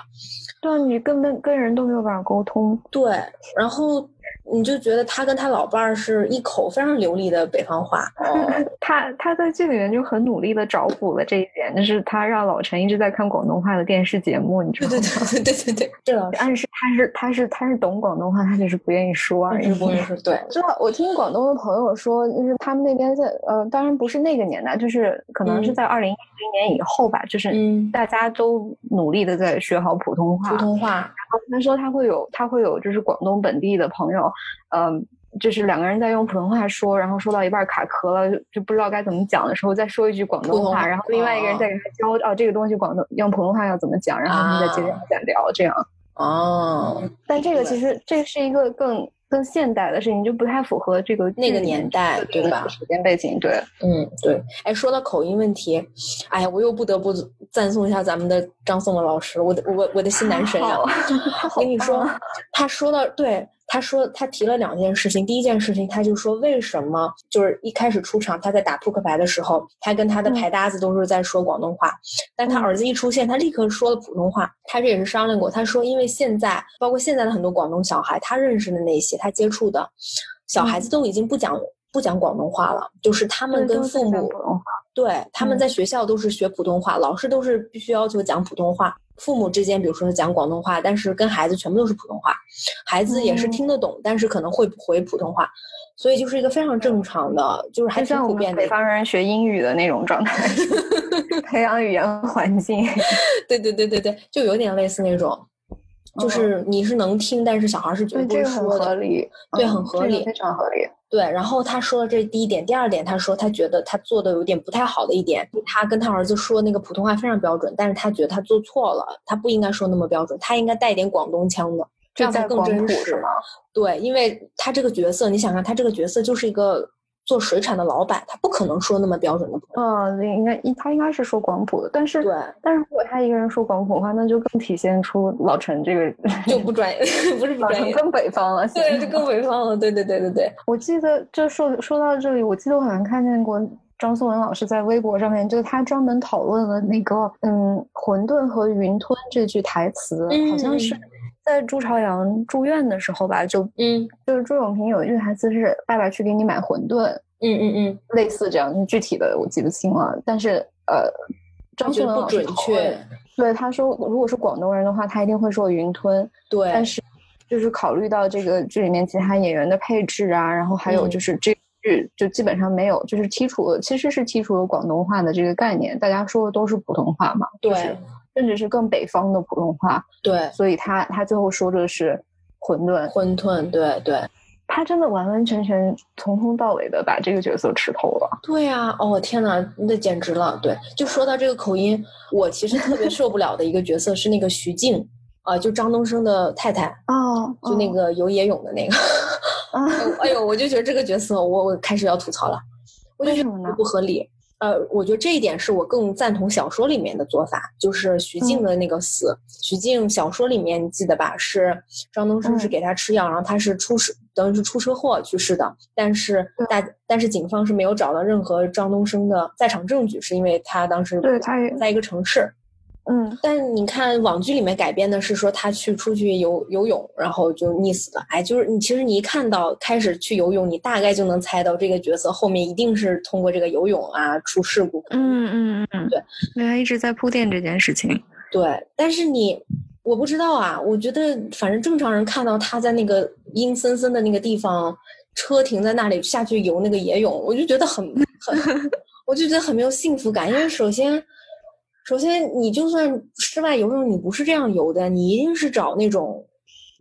[SPEAKER 2] 对啊，你根本跟人都没有办法沟通。
[SPEAKER 1] 对，然后你就觉得他跟他老伴儿是一口非常流利的北方话，
[SPEAKER 2] 哦 他他在剧里面就很努力的找补了这一点，就是他让老陈一直在看广东话的电视节目，你知
[SPEAKER 1] 对
[SPEAKER 2] 道吗？
[SPEAKER 1] 对对对对对对，这 倒是
[SPEAKER 2] 暗示他是他是他是懂广东话，他只是不愿意说啊而已。
[SPEAKER 1] 不会说对，
[SPEAKER 2] 知道，我听广东的朋友说，就是他们那边在呃，当然不是那个年代，就是可能是
[SPEAKER 1] 嗯
[SPEAKER 2] 在二零一零年以后吧，就是
[SPEAKER 1] 嗯，
[SPEAKER 2] 大家都努力的在学好普通话。
[SPEAKER 1] 普通话，
[SPEAKER 2] 他说他会有他会有就是广东本地的朋友，嗯，就是两个人在用普通话说，然后说到一半卡壳了，就不知道该怎么讲的时候，再说一句广
[SPEAKER 1] 普
[SPEAKER 2] 东
[SPEAKER 1] 通
[SPEAKER 2] 话，
[SPEAKER 1] 话
[SPEAKER 2] 然后另外一个人再给他教哦这个东西广东用普通话要怎么讲，然后他们再接着
[SPEAKER 1] 啊
[SPEAKER 2] 往下聊这样。
[SPEAKER 1] 哦，
[SPEAKER 2] 但这个
[SPEAKER 1] 对
[SPEAKER 2] 其实这是一个更更现代的事情，就不太符合这个
[SPEAKER 1] 那个
[SPEAKER 2] 剧里面
[SPEAKER 1] 年代
[SPEAKER 2] 设定
[SPEAKER 1] 对
[SPEAKER 2] 的
[SPEAKER 1] 吧
[SPEAKER 2] 时间背景对，
[SPEAKER 1] 嗯，对，哎，说到口音问题，哎呀，我又不得不赞颂一下咱们的 张颂文老师，我的我我的新男神呀、
[SPEAKER 2] 好
[SPEAKER 1] 我跟你说，他说到对他说他提了两件事情，第一件事情他就说为什么就是一开始出场他在打扑克牌的时候，他跟他的牌搭子都是在说广东话，但他儿子一出现，他立刻说了普通话。他这也是商量过，他说因为现在包括现在的很多广东小孩，他认识的那些他接触的小孩子都已经不讲不讲广东话了，就是他们跟父母。对，他们
[SPEAKER 2] 嗯
[SPEAKER 1] 在学校都是学普通话，嗯、老师都是必须要求讲普通话。父母之间，比如说讲广东话，但是跟孩子全部都是普通话，孩子也
[SPEAKER 2] 哦
[SPEAKER 1] 是听得懂，嗯、但是可能会不回普通话，所以就是一个非常正常的，就是还挺普遍的。
[SPEAKER 2] 北方人学英语的那种状 态，培养语言环境。
[SPEAKER 1] 对对对对对，就有点类似那种，就是你是能听，但是小孩是绝对不会说的。
[SPEAKER 2] 嗯这个、合理，
[SPEAKER 1] 对，很合理，
[SPEAKER 2] 嗯、非常合理。
[SPEAKER 1] 对，然后他说了这第一点，第二点，他说他觉得他做的有点不太好的一点，他跟他儿子说那个普通话非常标准，但是他觉得他做错了，他不应该说那么标准，他应该带一点广东腔的，这样才更真实。对，因为他这个角色，你想想，他这个角色就是一个做水产的老板，他不可能说那么标准的普
[SPEAKER 2] 通话。嗯，应该他应该是说广普的，但是
[SPEAKER 1] 对，
[SPEAKER 2] 但是如果他一个人说广普话，那就更体现出老陈这个
[SPEAKER 1] 就不专业， 不是不专业，
[SPEAKER 2] 更北方了。
[SPEAKER 1] 对，就更北方了。对对对对对。
[SPEAKER 2] 我记得，就说说到这里，我记得我好像看见过张颂文老师在微博上面，就他专门讨论了那个嗯“馄饨和云吞”这句台词，
[SPEAKER 1] 嗯、
[SPEAKER 2] 好像是。在朱朝阳住院的时候吧，就
[SPEAKER 1] 嗯，
[SPEAKER 2] 就是周永平有一句台词是“爸爸去给你买馄饨”，
[SPEAKER 1] 嗯嗯嗯，
[SPEAKER 2] 类似这样，具体的我记不清了。但是呃，张学文
[SPEAKER 1] 不准确，
[SPEAKER 2] 对他说，如果是广东人的话，他一定会说云吞。
[SPEAKER 1] 对，
[SPEAKER 2] 但是就是考虑到这个剧里面其他演员的配置啊，然后还有就是这剧、嗯、就基本上没有，就是剔除了，其实是剔除了广东话的这个概念，大家说的都是普通话嘛。
[SPEAKER 1] 对。
[SPEAKER 2] 就是甚至是更北方的普通话，
[SPEAKER 1] 对，
[SPEAKER 2] 所以他他最后说的是馄饨，
[SPEAKER 1] 馄饨，对对，
[SPEAKER 2] 他真的完完全全从头到尾的把这个角色吃透了。
[SPEAKER 1] 对呀、啊，哦天哪，那简直了！对，就说到这个口音，我其实特别受不了的一个角色是那个徐静啊、呃，就张东升的太太
[SPEAKER 2] 哦，
[SPEAKER 1] 就那个游野泳的那个，
[SPEAKER 2] 哦、
[SPEAKER 1] 哎呦，我就觉得这个角色我我开始要吐槽了，我就觉得不合理。呃，我觉得这一点是我更赞同小说里面的做法，就是徐静的那个死。嗯、徐静小说里面你记得吧？是张东升是给他吃药，嗯、然后他是出事，等于是出车祸去世的。但是大，嗯、但是警方是没有找到任何张东升的在场证据，是因为他当时
[SPEAKER 2] 对他
[SPEAKER 1] 在一个城市。
[SPEAKER 2] 嗯，
[SPEAKER 1] 但你看网剧里面改编的是说他去出去游游泳，然后就溺死了。哎，就是你其实你一看到开始去游泳，你大概就能猜到这个角色后面一定是通过这个游泳啊出事故。
[SPEAKER 2] 嗯嗯嗯嗯，
[SPEAKER 1] 对，
[SPEAKER 2] 因为他一直在铺垫这件事情。
[SPEAKER 1] 对，但是你我不知道啊，我觉得反正正常人看到他在那个阴森森的那个地方，车停在那里下去游那个野泳，我就觉得很很，我就觉得很没有幸福感，因为首先。首先，你就算室外游泳，你不是这样游的，你一定是找那种，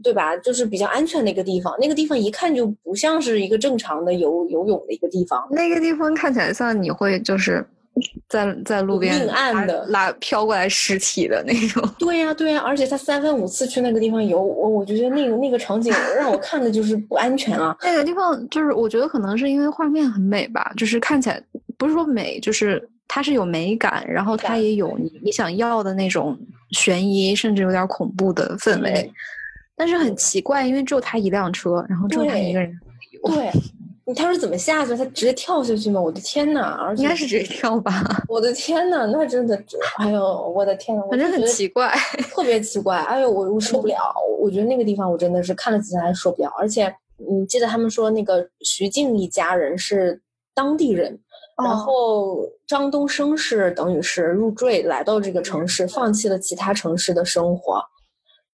[SPEAKER 1] 对吧？就是比较安全的一个地方。那个地方一看就不像是一个正常的游游泳的一个地方。
[SPEAKER 2] 那个地方看起来像你会就是在在路边
[SPEAKER 1] 命案的
[SPEAKER 2] 拉飘过来尸体的那种。
[SPEAKER 1] 对呀、啊、对呀、啊，而且他三番五次去那个地方游，我我觉得那个那个场景让我看的就是不安全啊。
[SPEAKER 2] 那个地方就是我觉得可能是因为画面很美吧，就是看起来不是说美，就是。它是有美感，然后它也有你你想要的那种悬疑，甚至有点恐怖的氛围。
[SPEAKER 1] 嗯、
[SPEAKER 2] 但是很奇怪，因为只有他一辆车，然后只有他一个人
[SPEAKER 1] 对。对，他是怎么下去？他直接跳下去吗？我的天呐！而且
[SPEAKER 2] 应该是直接跳吧。
[SPEAKER 1] 我的天呐，那真的，哎呦，我的天呐！
[SPEAKER 2] 反正很奇怪，
[SPEAKER 1] 特别奇怪。哎呦，我我受不了。我觉得那个地方我真的是看了几次还受不了。而且你记得他们说那个徐静一家人是当地人。
[SPEAKER 2] 哦
[SPEAKER 1] 然后张东升是等于是入赘来到这个
[SPEAKER 2] 嗯
[SPEAKER 1] 城市，放弃了其他城市的生活，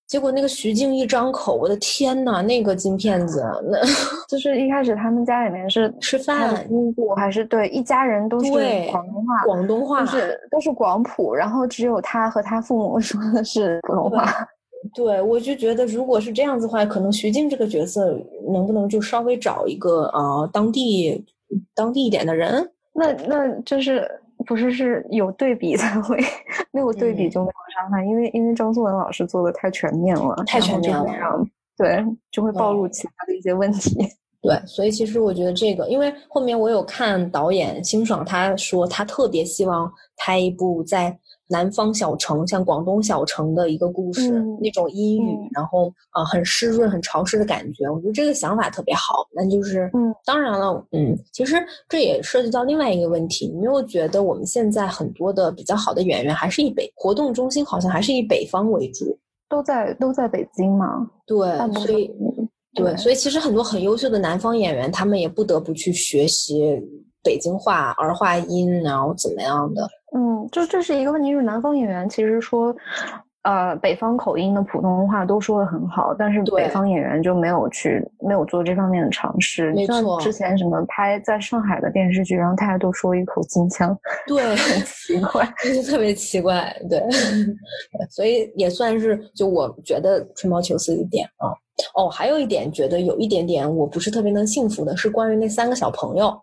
[SPEAKER 1] 结果那个徐静一张口，我的天呐，那个金骗子，那
[SPEAKER 2] 就是一开始他们家里面是
[SPEAKER 1] 吃饭，
[SPEAKER 2] 姑姑还是对一家人都是广东话，
[SPEAKER 1] 广东话
[SPEAKER 2] 就是都是广普，然后只有他和他父母 说的是普通话。
[SPEAKER 1] 对，我就觉得，如果是这样子的话，可能徐静这个角色能不能就稍微找一个呃当地当地一点的人。
[SPEAKER 2] 那那就是不是是有对比才会没有对比就没有伤害，嗯、因为因为张颂文老师做的太全面了，
[SPEAKER 1] 太全面了，
[SPEAKER 2] 对，就会暴露其他的一些问题。
[SPEAKER 1] 对，所以其实我觉得这个，因为后面我有看导演辛爽他说，他特别希望拍一部在南方小城，像广东小城的一个故事，
[SPEAKER 2] 嗯
[SPEAKER 1] 那种阴雨，
[SPEAKER 2] 嗯
[SPEAKER 1] 然后呃很湿润、很潮湿的感觉。我觉得这个想法特别好。那就是，
[SPEAKER 2] 嗯，
[SPEAKER 1] 当然了，嗯，其实这也涉及到另外一个问题，你没有觉得我们现在很多的比较好的演员还是以北活动中心好像还是以北方为主？
[SPEAKER 2] 都在都在北京嘛，
[SPEAKER 1] 对
[SPEAKER 2] 大，部分
[SPEAKER 1] 所以
[SPEAKER 2] 嗯
[SPEAKER 1] 对，所以其实很多很优秀的南方演员，他们也不得不去学习北京话、儿化音，然后怎么样的。
[SPEAKER 2] 嗯，就这是一个问题，就是南方演员其实说，呃，北方口音的普通话都说的很好，但是
[SPEAKER 1] 对
[SPEAKER 2] 北方演员就没有去没有做这方面的尝试。
[SPEAKER 1] 没
[SPEAKER 2] 像
[SPEAKER 1] 错
[SPEAKER 2] 之前什么拍在上海的电视剧，然后大家都说一口京腔，
[SPEAKER 1] 对，
[SPEAKER 2] 很奇怪。
[SPEAKER 1] 就是特别奇怪，对， 所以也算是就我觉得吹毛求疵一点啊。哦，还有一点觉得有一点点我不是特别能信服的是关于那三个小朋友，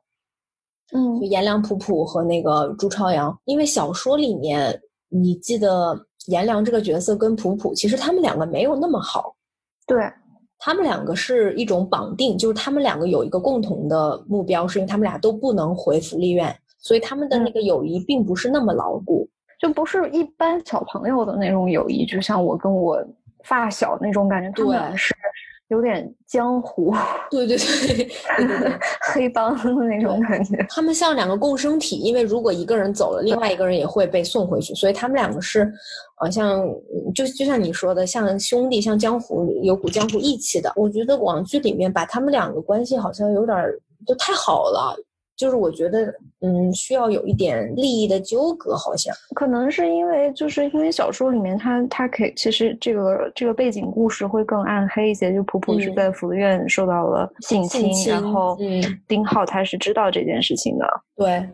[SPEAKER 2] 嗯
[SPEAKER 1] 就颜良、普普和那个朱朝阳，因为小说里面你记得颜良这个角色跟普普，其实他们两个没有那么好，
[SPEAKER 2] 对，
[SPEAKER 1] 他们两个是一种绑定，就是他们两个有一个共同的目标，是因为他们俩都不能回福利院，所以他们的那个友谊并不是那么牢固。
[SPEAKER 2] 就不是一般小朋友的那种友谊，就像我跟我发小那种感觉，他们
[SPEAKER 1] 对
[SPEAKER 2] 俩是有点江湖
[SPEAKER 1] 对对对 对对对，
[SPEAKER 2] 黑帮的那种感觉。
[SPEAKER 1] 他们像两个共生体，因为如果一个人走了，另外一个人也会被送回去，所以他们两个是，呃，像就就像你说的，像兄弟，像江湖有股江湖义气的。我觉得网剧里面把他们两个关系好像有点儿就太好了，就是我觉得嗯，需要有一点利益的纠葛，好像。
[SPEAKER 2] 可能是因为，就是因为小说里面它，它可以其实这个这个背景故事会更暗黑一些。就普普是
[SPEAKER 1] 嗯
[SPEAKER 2] 在福利院受到了性
[SPEAKER 1] 性
[SPEAKER 2] 侵，
[SPEAKER 1] 侵
[SPEAKER 2] 然后
[SPEAKER 1] 嗯
[SPEAKER 2] 丁浩他是知道这件事情的。
[SPEAKER 1] 对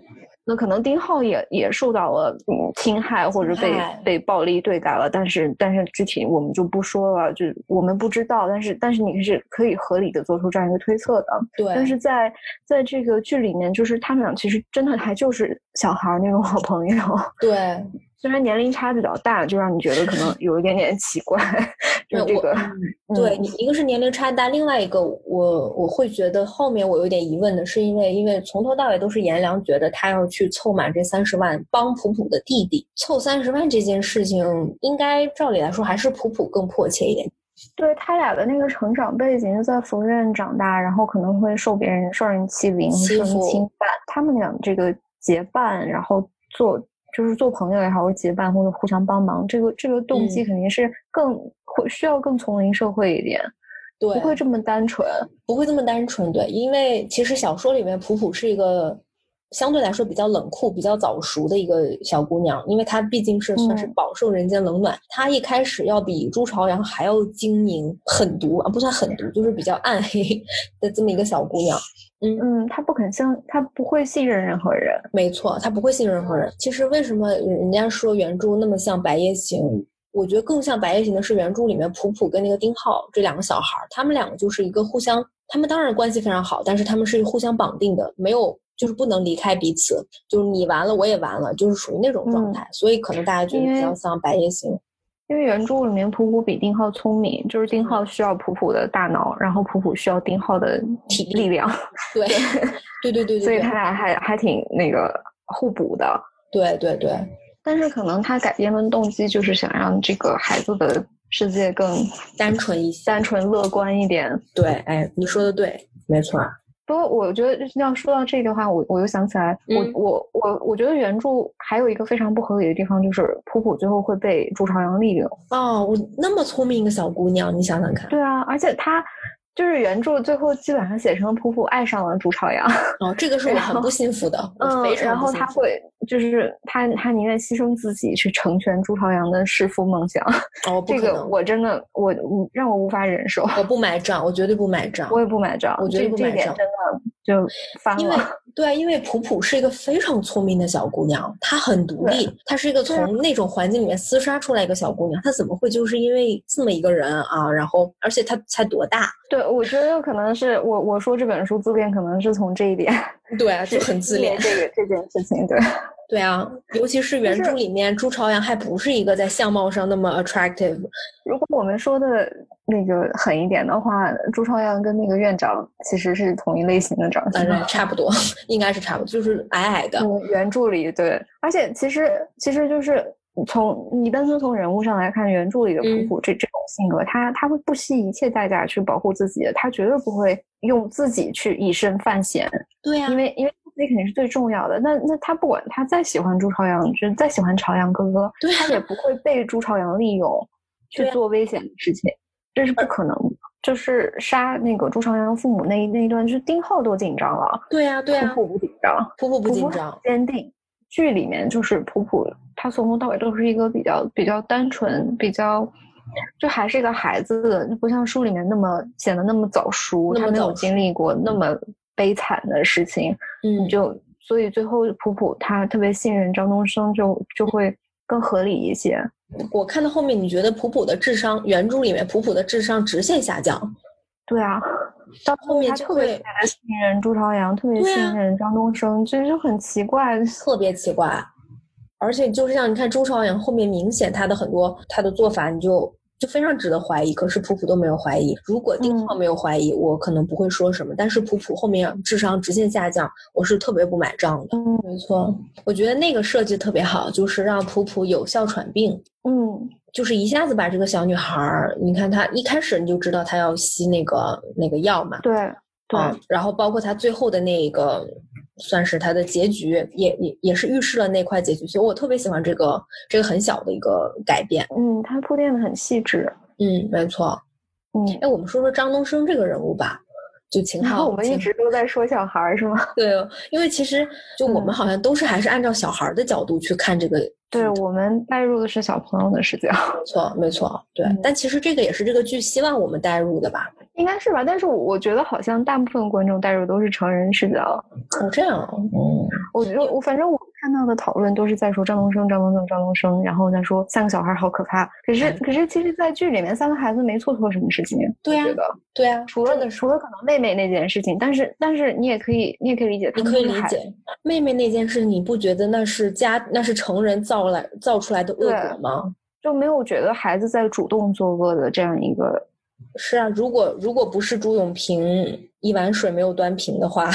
[SPEAKER 2] 那可能丁浩也也受到了嗯侵害，或者
[SPEAKER 1] 侵
[SPEAKER 2] 被
[SPEAKER 1] 害
[SPEAKER 2] 被暴力对待了，但是但是具体我们就不说了，就我们不知道，但是但是你是可以合理的做出这样一个推测的。
[SPEAKER 1] 对，
[SPEAKER 2] 但是在在这个剧里面，就是他们俩其实真的还就是小孩儿那种好朋友，
[SPEAKER 1] 对，
[SPEAKER 2] 虽然年龄差比较大，就让你觉得可 能有一点点奇怪，就
[SPEAKER 1] 那
[SPEAKER 2] 是这
[SPEAKER 1] 我
[SPEAKER 2] 个
[SPEAKER 1] 嗯对
[SPEAKER 2] 嗯
[SPEAKER 1] 你一个是年龄差大，另外一个我我会觉得后面我有点疑问的是，因为因为从头到尾都是颜良觉得他要去凑满这三十万帮普普的弟弟，凑三十万这件事情，应该照理来说还是普普更迫切一点。
[SPEAKER 2] 对他俩的那个成长背景，就在福利院长大，然后可能会受别人受人欺凌、
[SPEAKER 1] 欺
[SPEAKER 2] 受人
[SPEAKER 1] 负
[SPEAKER 2] 侵犯。他们俩这个结伴，然后做就是做朋友也好，或者结伴或者互相帮忙，这个这个动机
[SPEAKER 1] 嗯
[SPEAKER 2] 肯定是更会需要更丛林社会一点，
[SPEAKER 1] 对，
[SPEAKER 2] 不会这么单纯。
[SPEAKER 1] 不会这么单纯，对，因为其实小说里面普普是一个相对来说比较冷酷、比较早熟的一个小姑娘，因为她毕竟是算是
[SPEAKER 2] 嗯
[SPEAKER 1] 饱受人间冷暖，她一开始要比朱朝阳还要精明、狠毒啊，不算狠毒，就是比较暗黑的这么一个小姑娘。
[SPEAKER 2] 嗯，他不肯相，他不会信任任何人。
[SPEAKER 1] 没错，她不会信任任何人。其实为什么人家说原著那么像《白夜行》？我觉得更像《白夜行》的是原著里面普普跟那个丁浩这两个小孩儿，他们两个就是一个互相，他们当然关系非常好，但是他们是互相绑定的，没有就是不能离开彼此，就是你完了我也完了，就是属于那种状态，所以可能大家觉得比
[SPEAKER 2] 因
[SPEAKER 1] 较
[SPEAKER 2] 为
[SPEAKER 1] 像《白夜 行》。
[SPEAKER 2] 因为原著里面普普比丁浩聪明，就是丁浩需要普普的大脑，然后普普需要丁浩的
[SPEAKER 1] 体力
[SPEAKER 2] 力量，
[SPEAKER 1] 对，对对对
[SPEAKER 2] 所以
[SPEAKER 1] 对
[SPEAKER 2] 他俩还还挺那个互补的。
[SPEAKER 1] 对对对对，
[SPEAKER 2] 但是可能他改编的动机就是想让这个孩子的世界更
[SPEAKER 1] 单纯一些。
[SPEAKER 2] 单纯乐观一点。
[SPEAKER 1] 对，哎，你说的对，没错。
[SPEAKER 2] 不过我觉得要说到这个的话，我我又想起来，
[SPEAKER 1] 嗯
[SPEAKER 2] 我我我我觉得原著还有一个非常不合理的地方，就是普普最后会被朱朝阳利用。
[SPEAKER 1] 哦，我那么聪明一个小姑娘，你想想看。
[SPEAKER 2] 对啊，而且他就是原著最后基本上写成普普爱上了朱朝阳，
[SPEAKER 1] 哦，这个是我很不信服的，我
[SPEAKER 2] 嗯
[SPEAKER 1] 非，
[SPEAKER 2] 然
[SPEAKER 1] 常不
[SPEAKER 2] 后
[SPEAKER 1] 信
[SPEAKER 2] 他
[SPEAKER 1] 服。
[SPEAKER 2] 会就是他他宁愿牺牲自己去成全朱朝阳的弑父梦 想，
[SPEAKER 1] 哦，不
[SPEAKER 2] 这
[SPEAKER 1] 可
[SPEAKER 2] 个
[SPEAKER 1] 能，
[SPEAKER 2] 我真的我我让我无法忍受。
[SPEAKER 1] 我不买账，我绝对不买账。
[SPEAKER 2] 我也不买账，
[SPEAKER 1] 我觉得
[SPEAKER 2] 这
[SPEAKER 1] 不
[SPEAKER 2] 这
[SPEAKER 1] 买
[SPEAKER 2] 点
[SPEAKER 1] 账
[SPEAKER 2] 真的就翻
[SPEAKER 1] 因为
[SPEAKER 2] 了。
[SPEAKER 1] 对，啊因为普普是一个非常聪明的小姑娘，她很独立，她是一个
[SPEAKER 2] 对啊
[SPEAKER 1] 从那种环境里面厮杀出来一个小姑娘，她怎么会就是因为这么一个人啊？然后，而且她才多大？
[SPEAKER 2] 对，我觉得可能是我我说这本书自恋，可能是从这一点
[SPEAKER 1] 对啊， 就是很自
[SPEAKER 2] 因为
[SPEAKER 1] 恋。
[SPEAKER 2] 这个这件事情。对，
[SPEAKER 1] 对啊，尤其是原
[SPEAKER 2] 就
[SPEAKER 1] 著
[SPEAKER 2] 是
[SPEAKER 1] 里面朱朝阳还不是一个在相貌上那么 attractive，
[SPEAKER 2] 如果我们说的那个狠一点的话，朱朝阳跟那个院长其实是同一类型的长相
[SPEAKER 1] 反。正呃差不多，
[SPEAKER 2] 嗯
[SPEAKER 1] 应该是差不多，就是矮矮的。
[SPEAKER 2] 嗯，原著里对，而且其实其实就是从你单纯从人物上来看，原著里的
[SPEAKER 1] 嗯
[SPEAKER 2] 普普这、这种性格，他他会不惜一切代价去保护自己的，他绝对不会用自己去以身犯险，
[SPEAKER 1] 对啊呀、
[SPEAKER 2] 因为因为自己肯定是最重要的。那那他不管他再喜欢朱朝阳，就是再喜欢朝阳 哥哥，
[SPEAKER 1] 对啊
[SPEAKER 2] 他也不会被朱朝阳利用去
[SPEAKER 1] 对啊
[SPEAKER 2] 做危险的事情，这是不可能的。就是杀那个朱朝阳父母那一那一段，就是丁浩都紧张了，
[SPEAKER 1] 对呀、对呀、啊
[SPEAKER 2] 普普不紧张，
[SPEAKER 1] 普普不
[SPEAKER 2] 普
[SPEAKER 1] 紧
[SPEAKER 2] 普很
[SPEAKER 1] 张，
[SPEAKER 2] 坚定。剧里面就是普普，他从头到尾都是一个比较比较单纯，比较就还是一个孩子的，就不像书里面那么显得那么早熟，
[SPEAKER 1] 那么
[SPEAKER 2] 他没
[SPEAKER 1] 早
[SPEAKER 2] 有
[SPEAKER 1] 熟
[SPEAKER 2] 经历过那么悲惨的事情，
[SPEAKER 1] 嗯，
[SPEAKER 2] 就所以最后普普他特别信任张东升就，就会更合理一些。
[SPEAKER 1] 我看到后面，你觉得普普的智商，原著里面普普的智商直线下降，
[SPEAKER 2] 对啊，到
[SPEAKER 1] 后面
[SPEAKER 2] 他
[SPEAKER 1] 就
[SPEAKER 2] 特别
[SPEAKER 1] 会
[SPEAKER 2] 信任朱朝阳，特别
[SPEAKER 1] 对啊嗯
[SPEAKER 2] 信任张东升，这就很奇怪。
[SPEAKER 1] 特别奇怪。而且就是像你看朱朝阳后面，明显他的很多他的做法，你就就非常值得怀疑。可是普普都没有怀疑，如果
[SPEAKER 2] 嗯
[SPEAKER 1] 丁浩没有怀疑，我可能不会说什么。但是普普后面智商直线下降，我是特别不买账的。
[SPEAKER 2] 嗯
[SPEAKER 1] 没错，我觉得那个设计特别好，就是让普普有效喘病，
[SPEAKER 2] 嗯，
[SPEAKER 1] 就是一下子把这个小女孩儿，你看她一开始你就知道她要吸那个那个药嘛，
[SPEAKER 2] 对对。
[SPEAKER 1] 啊，然后包括他最后的那一个，算是他的结局，也也也是预示了那块结局，所以我特别喜欢这个这个很小的一个改变。
[SPEAKER 2] 嗯，他铺垫的很细致。
[SPEAKER 1] 嗯，没错。
[SPEAKER 2] 嗯，
[SPEAKER 1] 哎，我们说说张东升这个人物吧，就秦
[SPEAKER 2] 然
[SPEAKER 1] 昊。
[SPEAKER 2] 后我们一
[SPEAKER 1] 秦
[SPEAKER 2] 直都在说小孩儿是吗？
[SPEAKER 1] 对，因为其实就我们
[SPEAKER 2] 嗯
[SPEAKER 1] 好像都是还是按照小孩儿的角度去看这个。
[SPEAKER 2] 对，我们带入的是小朋友的视角，
[SPEAKER 1] 没错，没错，对。
[SPEAKER 2] 嗯
[SPEAKER 1] 但其实这个也是这个剧希望我们带入的吧？
[SPEAKER 2] 应该是吧？但是我我觉得好像大部分观众带入都是成人视角。
[SPEAKER 1] 哦，这样啊，嗯，
[SPEAKER 2] 我觉得我反正我看到的讨论都是在说张东升、张东升、张东升，然后再说三个小孩儿好可怕。可是
[SPEAKER 1] 嗯
[SPEAKER 2] 可是，其实，在剧里面三个孩子没做错什么事情。
[SPEAKER 1] 对呀
[SPEAKER 2] 我觉得
[SPEAKER 1] 对啊，
[SPEAKER 2] 除了除了可能妹妹那件事情，但是但是你也可以你也可以理解，
[SPEAKER 1] 你
[SPEAKER 2] 他们
[SPEAKER 1] 可以
[SPEAKER 2] 都是
[SPEAKER 1] 理
[SPEAKER 2] 孩
[SPEAKER 1] 解妹妹那件事，你不觉得那是家那是成人造来造出来的恶
[SPEAKER 2] 对
[SPEAKER 1] 果吗？
[SPEAKER 2] 就没有觉得孩子在主动作恶的这样一个
[SPEAKER 1] 是啊，如果如果不是朱永平一碗水没有端平的话，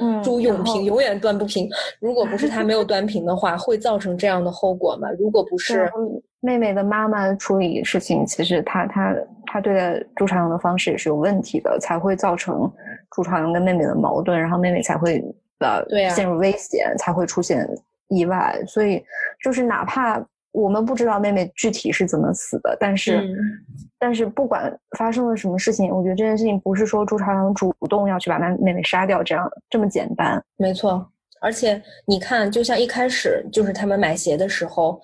[SPEAKER 2] 嗯
[SPEAKER 1] 朱永
[SPEAKER 2] 然后
[SPEAKER 1] 平永远端不平。如果不是他没 有端平的话，会造成这样的后果吗？如果不
[SPEAKER 2] 对
[SPEAKER 1] 是，
[SPEAKER 2] 嗯妹妹的妈妈处理事情，其实她她她对待朱朝阳的方式也是有问题的，才会造成朱朝阳跟妹妹的矛盾，然后妹妹才会呃
[SPEAKER 1] 对啊
[SPEAKER 2] 陷入危险，才会出现意外。所以就是哪怕我们不知道妹妹具体是怎么死的，但是、
[SPEAKER 1] 嗯
[SPEAKER 2] 但是不管发生了什么事情，我觉得这件事情不是说朱朝阳主动要去把妹妹妹杀掉这样这么简单。
[SPEAKER 1] 没错，而且你看，就像一开始就是他们买鞋的时候，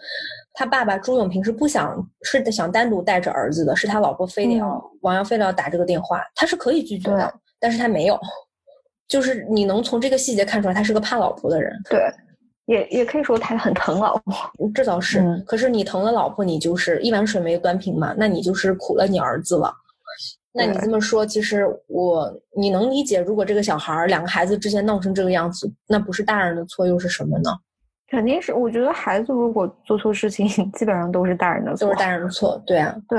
[SPEAKER 1] 他爸爸朱永平是不想是想单独带着儿子的，是他老婆非得要、王阳非得要打这个电话，他是可以拒绝的
[SPEAKER 2] 嗯对，
[SPEAKER 1] 但是他没有。就是你能从这个细节看出来，他是个怕老婆的人，
[SPEAKER 2] 对，也也可以说他很疼老婆。
[SPEAKER 1] 这倒是。
[SPEAKER 2] 嗯
[SPEAKER 1] 可是你疼了老婆，你就是一碗水没端平嘛，那你就是苦了你儿子了。那你
[SPEAKER 2] 对
[SPEAKER 1] 这么说，其实我你能理解，如果这个小孩儿两个孩子之间闹成这个样子，那不是大人的错又是什么呢？
[SPEAKER 2] 肯定是，我觉得孩子如果做错事情， 基本上都是大人的
[SPEAKER 1] 都
[SPEAKER 2] 错。
[SPEAKER 1] 是大人的错，对啊，
[SPEAKER 2] 对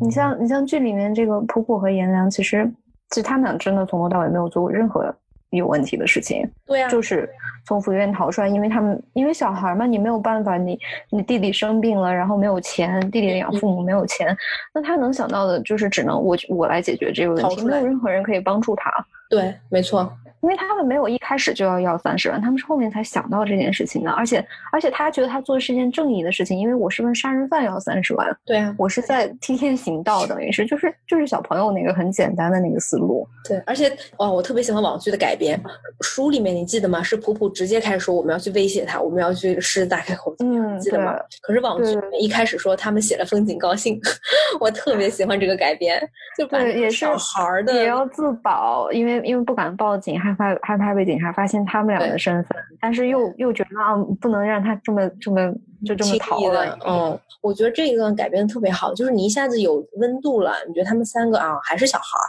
[SPEAKER 2] 你像你像剧里面这个普普和颜良，其实其实他们俩真的从头到尾没有做过任何有问题的事情，
[SPEAKER 1] 对啊，
[SPEAKER 2] 就是从福利院逃出来，因为他们因为小孩嘛，你没有办法，你你弟弟生病了，然后没有钱，弟弟
[SPEAKER 1] 嗯
[SPEAKER 2] 养父母没有钱，那他能想到的就是只能我我来解决这个问
[SPEAKER 1] 逃
[SPEAKER 2] 题，
[SPEAKER 1] 出
[SPEAKER 2] 没
[SPEAKER 1] 来
[SPEAKER 2] 有任何人可以帮助他。
[SPEAKER 1] 对，没错，
[SPEAKER 2] 因为他们没有一开始就要要三十万，他们是后面才想到这件事情的。而且，而且他觉得他做的是一件正义的事情，因为我是问杀人犯要三十万，
[SPEAKER 1] 对啊，
[SPEAKER 2] 我是在替天行道，等于是就是就是小朋友那个很简单的那个思路。
[SPEAKER 1] 对，而且哦，我特别喜欢网剧的改编，书里面你记得吗？是普普直接开始说我们要去威胁他，我们要去狮子大开口，
[SPEAKER 2] 嗯
[SPEAKER 1] 记得吗？可是网剧
[SPEAKER 2] 对
[SPEAKER 1] 里面一开始说他们写了风景高兴， 我特别喜欢这个改编，就把
[SPEAKER 2] 对
[SPEAKER 1] 那个
[SPEAKER 2] 也是
[SPEAKER 1] 小孩儿的
[SPEAKER 2] 也要自保，因为因为不敢报警，害怕害怕被警察发现他们俩
[SPEAKER 1] 对
[SPEAKER 2] 的身份，但是又又觉得啊，不能让他这么这么就这
[SPEAKER 1] 轻
[SPEAKER 2] 么
[SPEAKER 1] 易
[SPEAKER 2] 逃
[SPEAKER 1] 的
[SPEAKER 2] 了。，
[SPEAKER 1] 嗯，我觉得这一段改编得特别好，就是你一下子有温度了，你觉得他们三个啊还是小孩儿，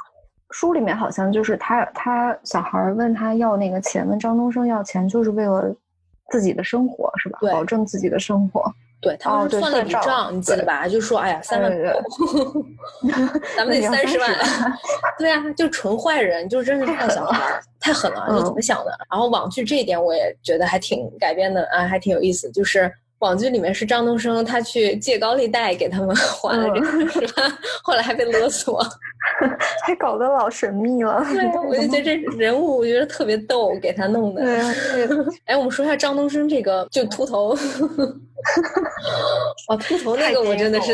[SPEAKER 2] 书里面好像就是他他小孩儿问他要那个钱，问张东升要钱，就是为了自己的生活是吧？
[SPEAKER 1] 对
[SPEAKER 2] 保证自己的生活。
[SPEAKER 1] 对他
[SPEAKER 2] 哦
[SPEAKER 1] 们
[SPEAKER 2] 对
[SPEAKER 1] 算了一笔
[SPEAKER 2] 算账
[SPEAKER 1] 账，你记得
[SPEAKER 2] 对
[SPEAKER 1] 吧？就说哎呀，三万
[SPEAKER 2] 对对
[SPEAKER 1] 不 够。咱们得
[SPEAKER 2] 那你要
[SPEAKER 1] 三十万
[SPEAKER 2] 30，
[SPEAKER 1] 对啊，就纯坏人，就真是坏小孩儿，太狠了，
[SPEAKER 2] 嗯
[SPEAKER 1] 就怎么想的？然后网剧这一点我也觉得还挺改编的啊，还挺有意思，就是网剧里面是张东升，他去借高利贷给他们 还了这
[SPEAKER 2] 嗯
[SPEAKER 1] 个十万，后来还被勒 索，
[SPEAKER 2] 啊还搞得老神秘了。
[SPEAKER 1] 对，啊我就觉得这人物我觉得特别逗，给他弄的。
[SPEAKER 2] 对，对
[SPEAKER 1] 哎，我们说一下张东升这个，就秃头， 哇，秃头那个我真的是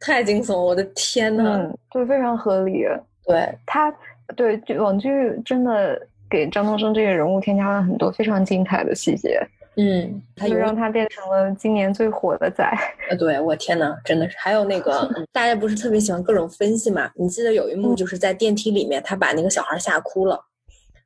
[SPEAKER 1] 太惊悚，我的天呐，
[SPEAKER 2] 嗯，对，非常合理。
[SPEAKER 1] 对
[SPEAKER 2] 他，对网剧真的给张东升这个人物添加了很多非常精彩的细节。
[SPEAKER 1] 嗯，
[SPEAKER 2] 就让他变成了今年最火的仔。
[SPEAKER 1] 呃，对我天呐，真的是。还有那 个大家不是特别喜欢各种分析嘛？你记得有一幕就是在电梯里面，他把那个小孩吓哭了。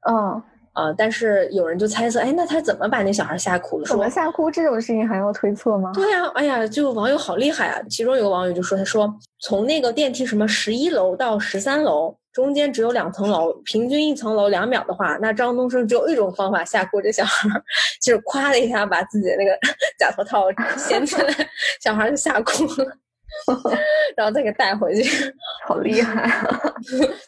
[SPEAKER 2] 嗯，
[SPEAKER 1] 呃，但是有人就猜测，哎，那他怎么把那小孩吓哭了？
[SPEAKER 2] 怎
[SPEAKER 1] 说
[SPEAKER 2] 么吓哭这种事情还要推测吗？
[SPEAKER 1] 对呀、哎呀，就网友好厉害啊！其中有个网友就说，他说从那个电梯什么十一楼到十三楼中间只有两层楼，平均一层楼两秒的话，那张东升只有一种方法吓哭这小孩儿， 就是咵的一下把自己的那个 假头套掀起来， 小孩儿就吓哭了。 然后再给带回去，
[SPEAKER 2] 好厉害啊！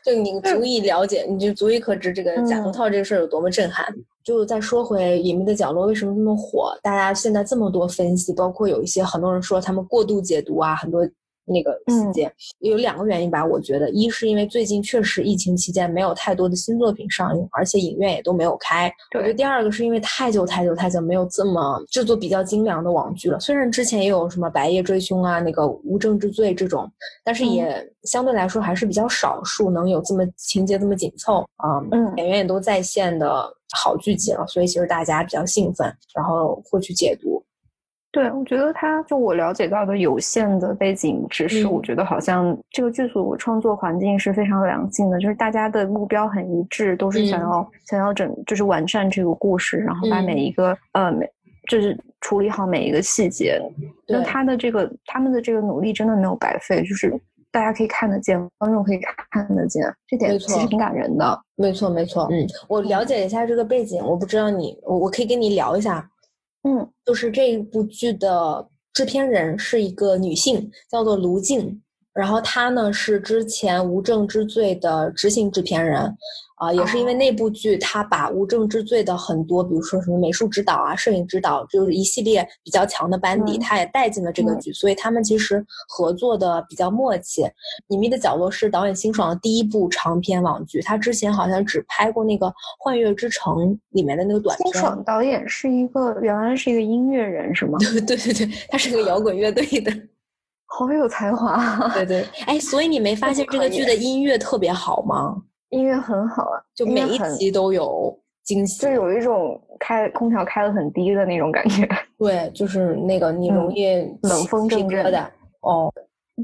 [SPEAKER 1] 就你足以了解，你就足以可知这个假头套这个事儿有多么震撼。就再说回《隐秘的角落》为什么这么火，大家现在这么多分析，包括有一些很多人说他们过度解读啊，很多那个细节、有两个原因吧。我觉得，一是因为最近确实疫情期间没有太多的新作品上映，而且影院也都没有开。我觉得
[SPEAKER 2] 对，
[SPEAKER 1] 第二个是因为太久太久太久没有这么制作比较精良的网剧了。虽然之前也有什么《白夜追凶》啊、那个《无证之罪》这种，但是也相对来说还是比较少数能有这么情节这么紧凑啊、
[SPEAKER 2] 嗯
[SPEAKER 1] 演员也都在线的好剧集了，所以其实大家比较兴奋，然后会去解读。
[SPEAKER 2] 对，我觉得他就我了解到的有限的背景知识，
[SPEAKER 1] 嗯
[SPEAKER 2] 我觉得好像这个剧组创作环境是非常良性的，就是大家的目标很一致，都是想
[SPEAKER 1] 嗯
[SPEAKER 2] 要、想要整就是完善这个故事，然后把
[SPEAKER 1] 嗯
[SPEAKER 2] 每一个、呃每就是处理好每一个细节。那
[SPEAKER 1] 对
[SPEAKER 2] 他的这个他们的这个努力真的没有白费，就是大家可以看得见，观众可以看得见，这
[SPEAKER 1] 没
[SPEAKER 2] 点
[SPEAKER 1] 错
[SPEAKER 2] 其实挺感人的。
[SPEAKER 1] 没错，没错。嗯，我了解了一下这个背景，我不知道你，我我可以跟你聊一下，
[SPEAKER 2] 嗯
[SPEAKER 1] 就是啊这一部剧的制片人是一个女性，叫做卢静。然后她呢是之前《无证之罪》的执行制片人，啊、也是因为
[SPEAKER 2] 哦
[SPEAKER 1] 那部剧，她把《无证之罪》的很多，比如说什么美术指导啊、摄影指导，就是一系列比较强的班底，
[SPEAKER 2] 嗯
[SPEAKER 1] 她也带进了这个
[SPEAKER 2] 嗯
[SPEAKER 1] 剧，所以他们其实合作的比较默契。《隐秘的角落》是导演辛爽的第一部长篇网剧，他之前好像只拍过那个《幻乐之城》里面的那个短
[SPEAKER 2] 辛
[SPEAKER 1] 片。
[SPEAKER 2] 爽导演是一个原来是一个音乐人是吗？
[SPEAKER 1] 对 对对对，他是个摇滚乐队的。
[SPEAKER 2] 好有才华啊，
[SPEAKER 1] 对对，哎，所以你没发
[SPEAKER 2] 那
[SPEAKER 1] 现
[SPEAKER 2] 不
[SPEAKER 1] 这
[SPEAKER 2] 可
[SPEAKER 1] 个剧
[SPEAKER 2] 以
[SPEAKER 1] 的音乐特别好吗？
[SPEAKER 2] 音乐很好啊，
[SPEAKER 1] 就
[SPEAKER 2] 音
[SPEAKER 1] 每
[SPEAKER 2] 乐
[SPEAKER 1] 一
[SPEAKER 2] 很
[SPEAKER 1] 集都有惊喜
[SPEAKER 2] 就。有一种开空调开的很低的那种感觉，
[SPEAKER 1] 对，就是那个你容
[SPEAKER 2] 嗯
[SPEAKER 1] 易
[SPEAKER 2] 冷
[SPEAKER 1] 起
[SPEAKER 2] 风
[SPEAKER 1] 鸡
[SPEAKER 2] 阵
[SPEAKER 1] 皮
[SPEAKER 2] 阵
[SPEAKER 1] 疙瘩。哦，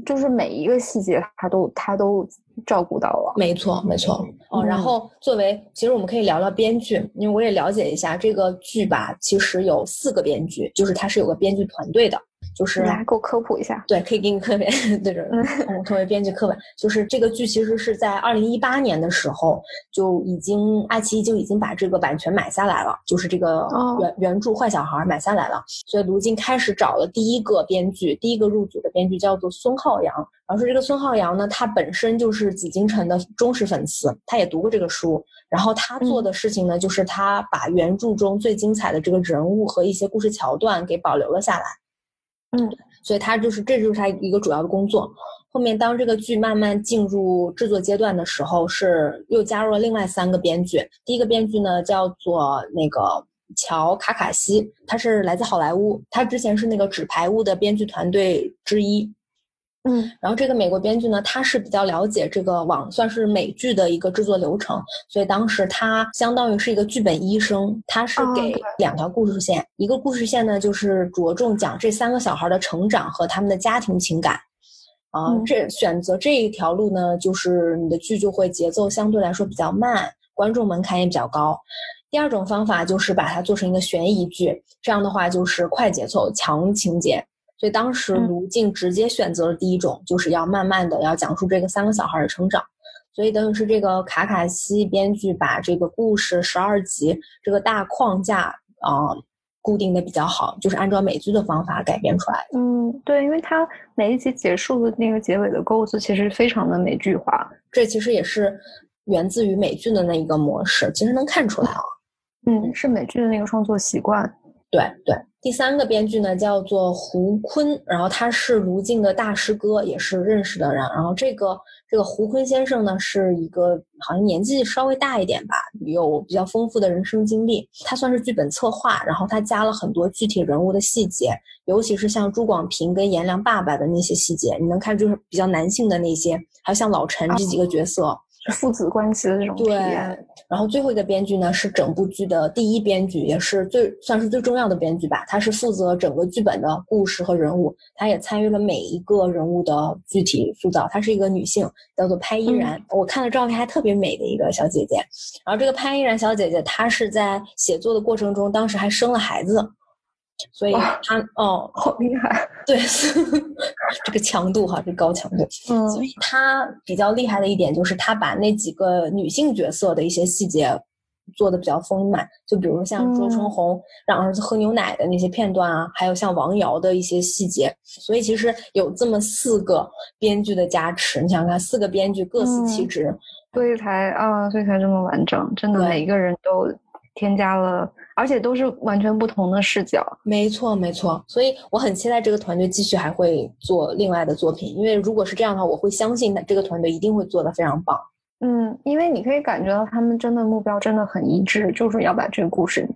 [SPEAKER 2] 就是每一个细节他都他都照顾到了。
[SPEAKER 1] 没错，没错。哦，然
[SPEAKER 2] 嗯
[SPEAKER 1] 后作为，其实我们可以聊聊编剧，因为我也了解一下这个剧吧。其实有四个编剧，就是它是有个编剧团队的，就是
[SPEAKER 2] 你来给我科普一下，
[SPEAKER 1] 对，可以给你课本， 对对，
[SPEAKER 2] 嗯
[SPEAKER 1] 我们成为编剧课本。就是这个剧其实是在二零一八年的时候就已经爱奇艺就已经把这个版权买下来了，就是这个
[SPEAKER 2] 哦
[SPEAKER 1] 原、原著《坏小孩》买下来了，所以卢金开始找了第一个编剧，第一个入组的编剧叫做孙浩洋。然后说这个孙浩洋呢，他本身就是紫禁城的忠实粉丝，他也读过这个书。然后他
[SPEAKER 2] 嗯
[SPEAKER 1] 做的事情呢，就是他把原著中最精彩的这个人物和一些故事桥段给保留了下来。所以他就是这就是他一个主要的工作。后面当这个剧慢慢进入制作阶段的时候，是又加入了另外三个编剧。第一个编剧呢叫做那个乔卡卡西，他是来自好莱坞，他之前是那个《纸牌屋》的编剧团队之一。
[SPEAKER 2] 嗯
[SPEAKER 1] 然后这个美国编剧呢，他是比较了解这个网算是美剧的一个制作流程，所以当时他相当于是一个剧本医生，他是
[SPEAKER 2] 哦
[SPEAKER 1] 给
[SPEAKER 2] 对
[SPEAKER 1] 两条故事线，一个故事线呢就是着重讲这三个小孩的成长和他们的家庭情感。啊、
[SPEAKER 2] 嗯
[SPEAKER 1] 这选择这一条路呢，就是你的剧就会节奏相对来说比较慢，观众门槛也比较高。第二种方法就是把它做成一个悬疑剧，这样的话就是快节奏、强情节。所以当时
[SPEAKER 2] 嗯
[SPEAKER 1] 卢静直接选择了第一种，就是要慢慢的要讲述这个三个小孩的成长。所以等于是这个卡卡西编剧把这个故事十二集这个大框架啊、呃固定的比较好，就是按照美剧的方法改编出来的。
[SPEAKER 2] 嗯，对，因为他每一集结束的那个结尾的构思其实非常的美剧化。
[SPEAKER 1] 这其实也是源自于美剧的那一个模式，其实能看出来啊。
[SPEAKER 2] 嗯，是美剧的那个创作习惯。
[SPEAKER 1] 对对，第三个编剧呢叫做胡坤，然后他是卢靖的大师哥，也是认识的人。然后这个这个胡坤先生呢是一个好像年纪稍微大一点吧，有比较丰富的人生经历。他算是剧本策划，然后他加了很多具体人物的细节，尤其是像朱广平跟颜良爸爸的那些细节，你能看就是比较男性的那些，还有像老陈这几个角色。
[SPEAKER 2] 父子关系的这种体
[SPEAKER 1] 对
[SPEAKER 2] 验，
[SPEAKER 1] 然后最后一个编剧呢是整部剧的第一编剧，也是最算是最重要的编剧吧。他是负责整个剧本的故事和人物，他也参与了每一个人物的具体塑造。她是一个女性，叫做潘依然。我看了照片还特别美的一个小姐姐。然后这个潘依然小姐姐，她是在写作的过程中，当时还生了孩子，所以
[SPEAKER 2] 哇
[SPEAKER 1] 她哦，
[SPEAKER 2] 好厉害。
[SPEAKER 1] 对， 这个强度哈，这高强度。
[SPEAKER 2] 嗯
[SPEAKER 1] 所以他比较厉害的一点就是他把那几个女性角色的一些细节做的比较丰满，就比如像周春
[SPEAKER 2] 嗯
[SPEAKER 1] 红让儿子喝牛奶的那些片段啊，还有像王瑶的一些细节。所以其实有这么四个编剧的加持，你想想看，四个编剧各司其
[SPEAKER 2] 嗯
[SPEAKER 1] 职，
[SPEAKER 2] 所以才啊，所以才这么完整。真的，
[SPEAKER 1] 对
[SPEAKER 2] 每一个人都添加了，而且都是完全不同的视角。
[SPEAKER 1] 没错，没错，所以我很期待这个团队继续还会做另外的作品，因为如果是这样的话，我会相信的这个团队一定会做的非常棒。
[SPEAKER 2] 嗯，因为你可以感觉到他们真的目标真的很一致，就是要把这个故事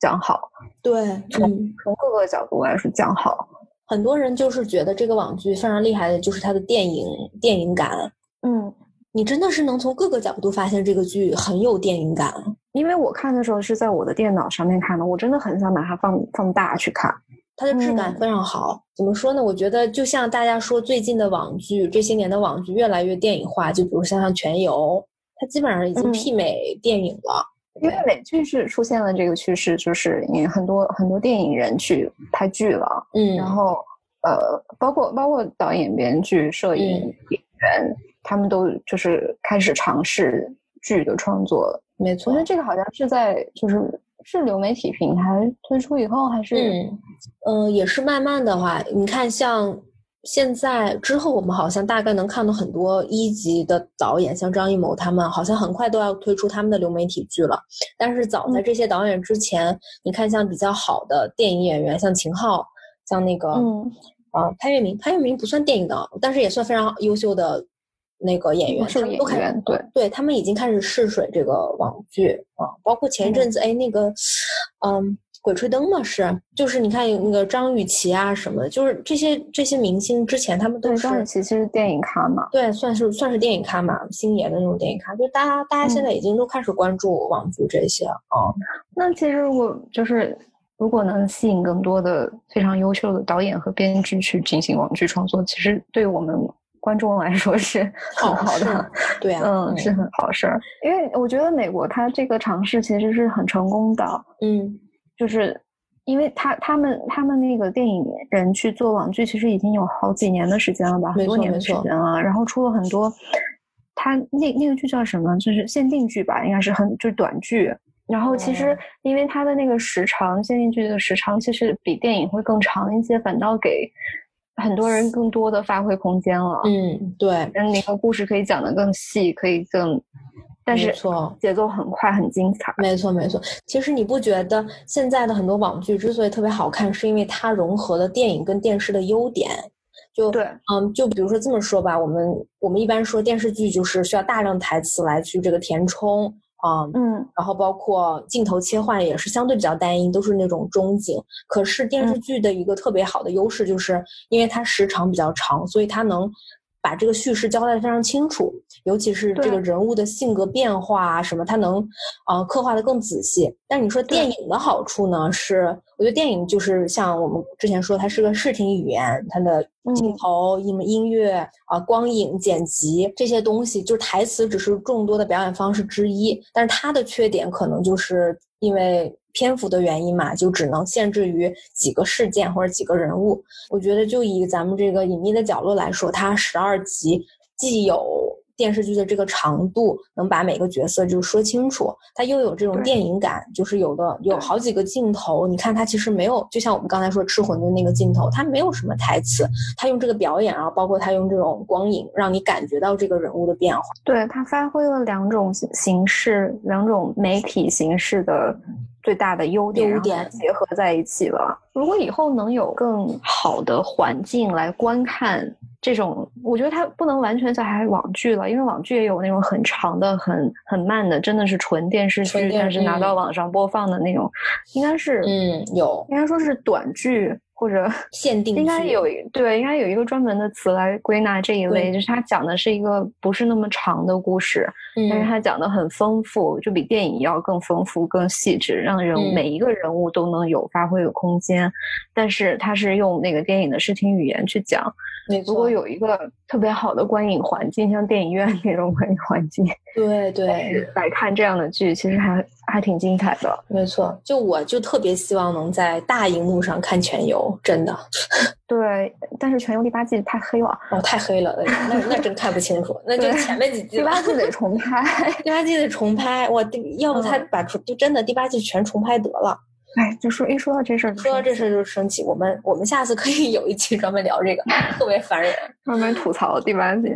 [SPEAKER 2] 讲好，
[SPEAKER 1] 对，嗯，
[SPEAKER 2] 从各个角度来说讲好。
[SPEAKER 1] 很多人就是觉得这个网剧非常厉害的，就是它的电影电影感。
[SPEAKER 2] 嗯，
[SPEAKER 1] 你真的是能从各个角度发现这个剧很有电影感。
[SPEAKER 2] 因为我看的时候是在我的电脑上面看的，我真的很想把它放放大去看。
[SPEAKER 1] 它的质感
[SPEAKER 2] 嗯
[SPEAKER 1] 非常好。怎么说呢？我觉得就像大家说，最近的网剧，这些年的网剧越来越电影化，就比如像像《全游》，它基本上已经
[SPEAKER 2] 嗯
[SPEAKER 1] 媲美电影了。
[SPEAKER 2] 因为美剧是出现了这个趋势，就是也很多很多电影人去拍剧了，
[SPEAKER 1] 嗯，
[SPEAKER 2] 然后呃，包括包括导演、编剧、摄影、
[SPEAKER 1] 嗯
[SPEAKER 2] 演员，他们都就是开始尝试剧的创作了。
[SPEAKER 1] 没
[SPEAKER 2] 我
[SPEAKER 1] 错
[SPEAKER 2] 觉，得这个好像是在就是是流媒体平台推出以后，还是
[SPEAKER 1] 嗯，呃，也是慢慢的话，你看像。现在之后，我们好像大概能看到很多一级的导演，像张艺谋他们，好像很快都要推出他们的流媒体剧了。但是早在
[SPEAKER 2] 嗯
[SPEAKER 1] 这些导演之前，你看像比较好的电影演员，像秦昊，像那个
[SPEAKER 2] 嗯，
[SPEAKER 1] 啊，潘粤明，潘粤明不算电影的，但是也算非常优秀的那个演员，
[SPEAKER 2] 是
[SPEAKER 1] 他们
[SPEAKER 2] 演
[SPEAKER 1] 都开
[SPEAKER 2] 员对，
[SPEAKER 1] 对他们已经开始试水这个网剧啊，包括前一阵子哎那个，嗯，鬼吹灯嘛是，就是你看有那个张雨绮啊什么的，就是这些这些明星之前他们都
[SPEAKER 2] 对，
[SPEAKER 1] 是
[SPEAKER 2] 张雨绮其实电影咖嘛，
[SPEAKER 1] 对算是算是电影咖嘛，星爷的那种电影咖，就大家大家
[SPEAKER 2] 嗯
[SPEAKER 1] 现在已经都开始关注网剧这些了啊，
[SPEAKER 2] 那其实如果就是如果能吸引更多的非常优秀的导演和编剧去进行网剧创作，其实对我们观众来说哦是很好
[SPEAKER 1] 是
[SPEAKER 2] 的，
[SPEAKER 1] 对啊，
[SPEAKER 2] 嗯，是很好事儿。因为我觉得美国它这个尝试其实是很成功的，
[SPEAKER 1] 嗯
[SPEAKER 2] 就是因为他他们他们那个电影人去做网剧，其实已经有好几年的时间了吧，
[SPEAKER 1] 没
[SPEAKER 2] 很多
[SPEAKER 1] 错
[SPEAKER 2] 年
[SPEAKER 1] 没
[SPEAKER 2] 的时
[SPEAKER 1] 错
[SPEAKER 2] 间了。然后出了很多，他那那个剧叫什么？就是限定剧吧，应该是很就是短剧。然后其实
[SPEAKER 1] 哦
[SPEAKER 2] 因为它的那个时长，限定剧的时长其实比电影会更长一些，反倒给很多人更多的发挥空间了。
[SPEAKER 1] 嗯对，
[SPEAKER 2] 嗯，那个故事可以讲得更细，可以更，但
[SPEAKER 1] 没
[SPEAKER 2] 是
[SPEAKER 1] 错。
[SPEAKER 2] 节奏很快，很精彩。
[SPEAKER 1] 没错，没错。其实你不觉得现在的很多网剧之所以特别好看，是因为它融合了电影跟电视的优点。就
[SPEAKER 2] 对，
[SPEAKER 1] 嗯，就比如说这么说吧，我们我们一般说电视剧就是需要大量台词来去这个填充啊、嗯
[SPEAKER 2] 嗯。
[SPEAKER 1] 然后包括镜头切换也是相对比较单一，都是那种中景。可是电
[SPEAKER 2] 嗯
[SPEAKER 1] 视剧的一个特别好的优势，就是因为它时长比较长，所以它能把这个叙事交代的非常清楚，尤其是
[SPEAKER 2] 对
[SPEAKER 1] 这个人物的性格变化啊什么，它能呃刻画的更仔细。但你说
[SPEAKER 2] 对
[SPEAKER 1] 电影的好处呢，是我觉得电影就是像我们之前说，它是个视听语言，它的镜
[SPEAKER 2] 嗯
[SPEAKER 1] 头、音音乐啊、光影、剪辑这些东西，就是台词只是众多的表演方式之一。但是它的缺点可能就是因为篇幅的原因嘛，就只能限制于几个事件或者几个人物。我觉得就以咱们这个《隐秘的角落》来说，它十二集既有电视剧的这个长度能把每个角色就说清楚，它又有这种
[SPEAKER 2] 对
[SPEAKER 1] 电影感，就是有的有
[SPEAKER 2] 对
[SPEAKER 1] 好几个镜头，你看它其实没有，就像我们刚才说《吃魂》的那个镜头，它没有什么台词，它用这个表演啊，包括它用这种光影，让你感觉到这个人物的变化。
[SPEAKER 2] 对，它发挥了两种形形式、两种媒体形式的最大的优点，
[SPEAKER 1] 优
[SPEAKER 2] 然后把它
[SPEAKER 1] 点
[SPEAKER 2] 结合在一起了。如果以后能有更好的环境来观看这种，我觉得它不能完全小孩网剧了，因为网剧也有那种很长的、很很慢的，真的是纯电视
[SPEAKER 1] 纯
[SPEAKER 2] 剧，
[SPEAKER 1] 电
[SPEAKER 2] 但是拿
[SPEAKER 1] 嗯
[SPEAKER 2] 到网上播放的那种，应该是、
[SPEAKER 1] 嗯，有
[SPEAKER 2] 应该说是短剧或者。
[SPEAKER 1] 限定
[SPEAKER 2] 应该
[SPEAKER 1] 剧
[SPEAKER 2] 有一对，应该有一个专门的词来归纳这一
[SPEAKER 1] 对
[SPEAKER 2] 类，就是它讲的是一个不是那么长的故事，但是
[SPEAKER 1] 嗯
[SPEAKER 2] 它讲的很丰富，就比电影要更丰富、更细致，让人
[SPEAKER 1] 嗯
[SPEAKER 2] 每一个人物都能有发挥的空间。但是它是用那个电影的视听语言去讲。
[SPEAKER 1] 没错，
[SPEAKER 2] 如果有一个特别好的观影环境，像电影院那种观影环境
[SPEAKER 1] 对对，
[SPEAKER 2] 来看这样的剧，其实还还挺精彩的。
[SPEAKER 1] 没错，就我就特别希望能在大荧幕上看《全游》，真的，
[SPEAKER 2] 对，但是《全游》第八季太黑了，
[SPEAKER 1] 哦，太黑了，哎呀那那真看不清楚，那就
[SPEAKER 2] 对
[SPEAKER 1] 前面几季
[SPEAKER 2] 第
[SPEAKER 1] 吧
[SPEAKER 2] 八。季得重拍。
[SPEAKER 1] 第八季得重拍，我要不他
[SPEAKER 2] 嗯
[SPEAKER 1] 把重、就真的第八季全重拍得了。
[SPEAKER 2] 哎，就说一说到这事儿就生气，
[SPEAKER 1] 说到这事儿就生气，我们我们下次可以有一期专门聊这个，特别烦人。
[SPEAKER 2] 慢慢吐槽第八季，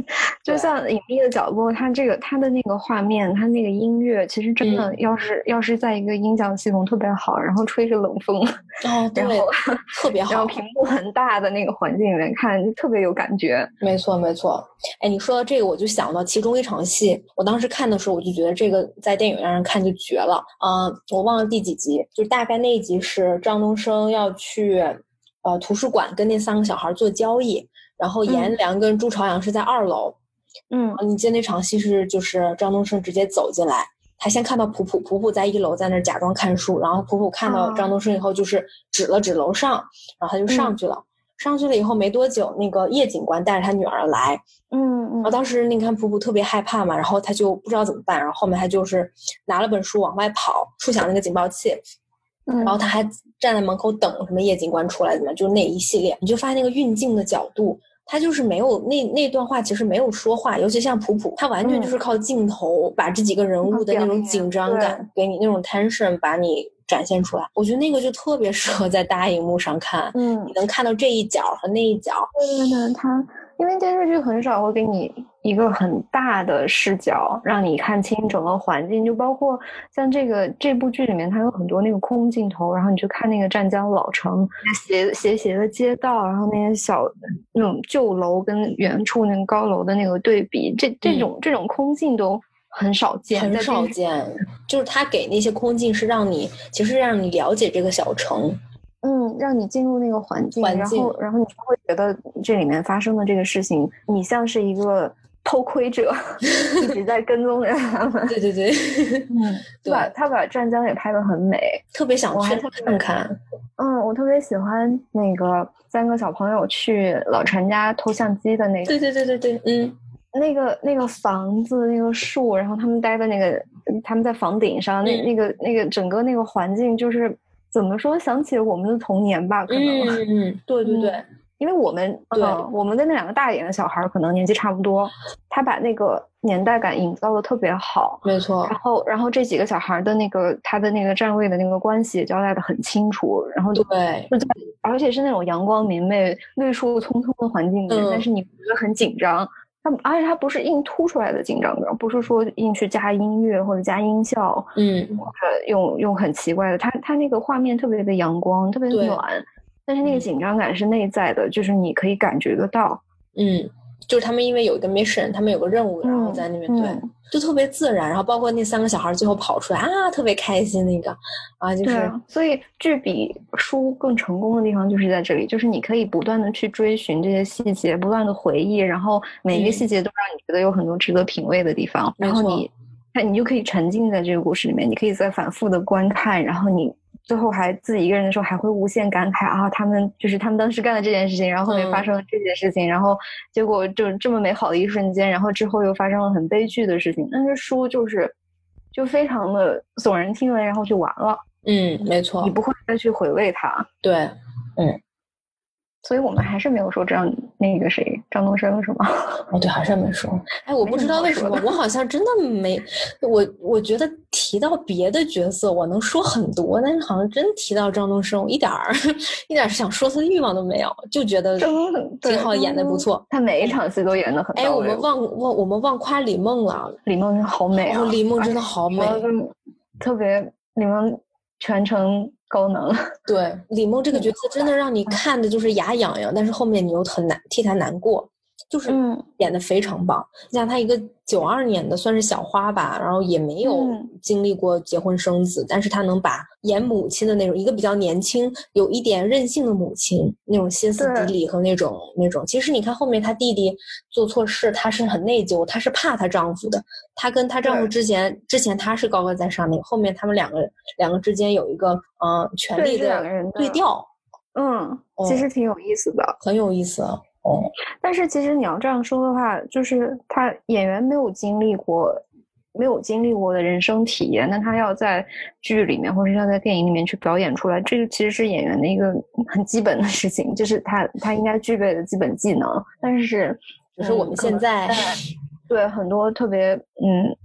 [SPEAKER 2] 就
[SPEAKER 1] 对
[SPEAKER 2] 像《隐秘的角落》，它这个它的那个画面，它那个音乐，其实真的
[SPEAKER 1] 嗯
[SPEAKER 2] 要是、要是在一个音响系统特别好，然后吹着冷风，
[SPEAKER 1] 哦，对
[SPEAKER 2] 然后，
[SPEAKER 1] 特别
[SPEAKER 2] 然
[SPEAKER 1] 好，
[SPEAKER 2] 后屏幕很大的那个环境里面看，就特别有感觉。
[SPEAKER 1] 没错没错。哎，你说到这个，我就想到其中一场戏，我当时看的时候，我就觉得这个在电影院上看就绝了。嗯、我忘了第几集，就大概那一集是张东升要去呃图书馆跟那三个小孩做交易，然后颜良跟朱朝阳是在二楼。
[SPEAKER 2] 嗯，
[SPEAKER 1] 你记得那场戏是就是张东升直接走进来，他先看到普普，普普在一楼在那儿假装看书，然后普普看到
[SPEAKER 2] 哦
[SPEAKER 1] 张东升以后就是指了指楼上，然后他就上
[SPEAKER 2] 嗯
[SPEAKER 1] 去了。上去了以后没多久，那个叶警官带着他女儿来，
[SPEAKER 2] 嗯
[SPEAKER 1] 然后当时你看普普特别害怕嘛，然后他就不知道怎么办，然后后面他就是拿了本书往外跑，触响那个警报器，
[SPEAKER 2] 嗯，
[SPEAKER 1] 然后他还站在门口等什么叶警官出来，怎么样就那一系列，你就发现那个运镜的角度，他就是没有那那段话其实没有说话，尤其像普普，他完全
[SPEAKER 2] 嗯
[SPEAKER 1] 就是靠镜头把这几个人物的那种紧张感，给你那种 tension 把你展现出来。我觉得那个就特别适合在大荧幕上看，
[SPEAKER 2] 嗯
[SPEAKER 1] 你，能看到这一角和那一角。
[SPEAKER 2] 对对对，它因为电视剧很少会给你一个很大的视角，让你看清整个环境，就包括像这个这部剧里面，它有很多那个空镜头，然后你去看那个湛江老城斜斜斜的街道，然后那些小那种旧楼跟远处那个高楼的那个对比，这这种、这种空镜都很少见，
[SPEAKER 1] 嗯
[SPEAKER 2] 在
[SPEAKER 1] 很
[SPEAKER 2] 电
[SPEAKER 1] 少
[SPEAKER 2] 视
[SPEAKER 1] 见，就是他给那些空镜是让你，其实让你了解这个小城。
[SPEAKER 2] 嗯，让你进入那个环境，
[SPEAKER 1] 环
[SPEAKER 2] 然
[SPEAKER 1] 境
[SPEAKER 2] 后然后你就会觉得这里面发生的这个事情，你像是一个偷窥者， 一直在跟踪着他们。
[SPEAKER 1] 对对对，
[SPEAKER 2] 嗯，他把
[SPEAKER 1] 对
[SPEAKER 2] 他把湛江也拍得很美。
[SPEAKER 1] 特别想
[SPEAKER 2] 我
[SPEAKER 1] 去
[SPEAKER 2] 还特别
[SPEAKER 1] 看看。
[SPEAKER 2] 嗯，我特别喜欢那个三个小朋友去老陈家偷相机的那个
[SPEAKER 1] 对对对对对，嗯。
[SPEAKER 2] 那个那个房子那个树，然后他们待在那个他们在房顶上，那
[SPEAKER 1] 嗯
[SPEAKER 2] 那个那个整个那个环境就是怎么说，想起我们的童年吧，可能。
[SPEAKER 1] 嗯嗯，对对对，
[SPEAKER 2] 因为我们
[SPEAKER 1] 对
[SPEAKER 2] 嗯我们跟那两个大一点的小孩儿可能年纪差不多，他把那个年代感营造的特别好。
[SPEAKER 1] 没错
[SPEAKER 2] 然，后，然后这几个小孩儿的那个他的那个站位的那个关系也交代的很清楚，然后就
[SPEAKER 1] 对
[SPEAKER 2] 就在，而且是那种阳光明媚、绿树葱葱的环境里面，
[SPEAKER 1] 嗯
[SPEAKER 2] 但是你不觉得很紧张。他而且他不是硬突出来的紧张感，不是说硬去加音乐或者加音效，
[SPEAKER 1] 嗯，
[SPEAKER 2] 或者用用很奇怪的，它它那个画面特别的阳光，特别
[SPEAKER 1] 对
[SPEAKER 2] 暖，但是那个
[SPEAKER 1] 嗯
[SPEAKER 2] 紧张感是内在的，就是你可以感觉得到。
[SPEAKER 1] 嗯，就是他们因为有一个 mission，他们有个任务，然后
[SPEAKER 2] 嗯
[SPEAKER 1] 在那边、
[SPEAKER 2] 嗯
[SPEAKER 1] 对，就特别自然。然后包括那三个小孩最后跑出来啊，特别开心那个啊，就
[SPEAKER 2] 对
[SPEAKER 1] 是
[SPEAKER 2] 啊，所以剧比书更成功的地方就是在这里，就是你可以不断的去追寻这些细节，不断的回忆，然后每一个
[SPEAKER 1] 嗯
[SPEAKER 2] 细节都让你觉得有很多值得品味的地方，
[SPEAKER 1] 没
[SPEAKER 2] 然后
[SPEAKER 1] 错
[SPEAKER 2] 你，那你就可以沉浸在这个故事里面，你可以再反复的观看，然后你。最后还自己一个人的时候，还会无限感慨啊！他们就是他们当时干了这件事情，然后后面发
[SPEAKER 1] 嗯
[SPEAKER 2] 生了这件事情，然后结果就这么美好的一瞬间，然后之后又发生了很悲剧的事情。但是书就是就非常的耸人听闻，然后就完了。
[SPEAKER 1] 嗯，没错
[SPEAKER 2] 你，不会再去回味它。
[SPEAKER 1] 对，
[SPEAKER 2] 所以我们还是没有说这样那个谁，张东升是吗？
[SPEAKER 1] 哦，对，好像没说。哎，我不知道为什么，我好像真的没，我我觉得提到别的角色，我能说很多，但是好像真提到张东升，我一点儿一点儿想说他的欲望都没有，就觉得
[SPEAKER 2] 真的对
[SPEAKER 1] 挺好，演的不错。
[SPEAKER 2] 他每一场戏都演的很到位。
[SPEAKER 1] 哎，我们忘忘我们忘夸李梦了，
[SPEAKER 2] 李梦真的好美啊！
[SPEAKER 1] 哦，李梦真的好美。
[SPEAKER 2] 而且我特别李梦全程高能，
[SPEAKER 1] 对，李梦这个角色真的让你看的就是牙痒痒，但是后面你又很难替她难过，就是
[SPEAKER 2] 嗯
[SPEAKER 1] 演的非常棒。你想她一个九二年的，算是小花吧，然后也没有
[SPEAKER 2] 嗯
[SPEAKER 1] 经历过结婚生子，但是她能把演母亲的那种一个比较年轻、有一点任性的母亲那种歇斯底里和那种那种，其实你看后面她弟弟做错事，她是很内疚，她是怕她丈夫的，她跟她丈夫
[SPEAKER 2] 对
[SPEAKER 1] 之前，之前她是高高在上那个，后面他们两个两个之间有一个呃权
[SPEAKER 2] 对
[SPEAKER 1] 力
[SPEAKER 2] 这两个人
[SPEAKER 1] 的
[SPEAKER 2] 的
[SPEAKER 1] 对调，哦
[SPEAKER 2] 嗯，其实挺有意思的。
[SPEAKER 1] 很有意思。哦，
[SPEAKER 2] 但是其实你要这样说的话，就是他演员没有经历过，没有经历过的人生体验，那他要在剧里面或者要在电影里面去表演出来，这个其实是演员的一个很基本的事情，就是他他应该具备的基本技能。但是，
[SPEAKER 1] 只是我们
[SPEAKER 2] 嗯可能
[SPEAKER 1] 现在，
[SPEAKER 2] 对很多特别嗯，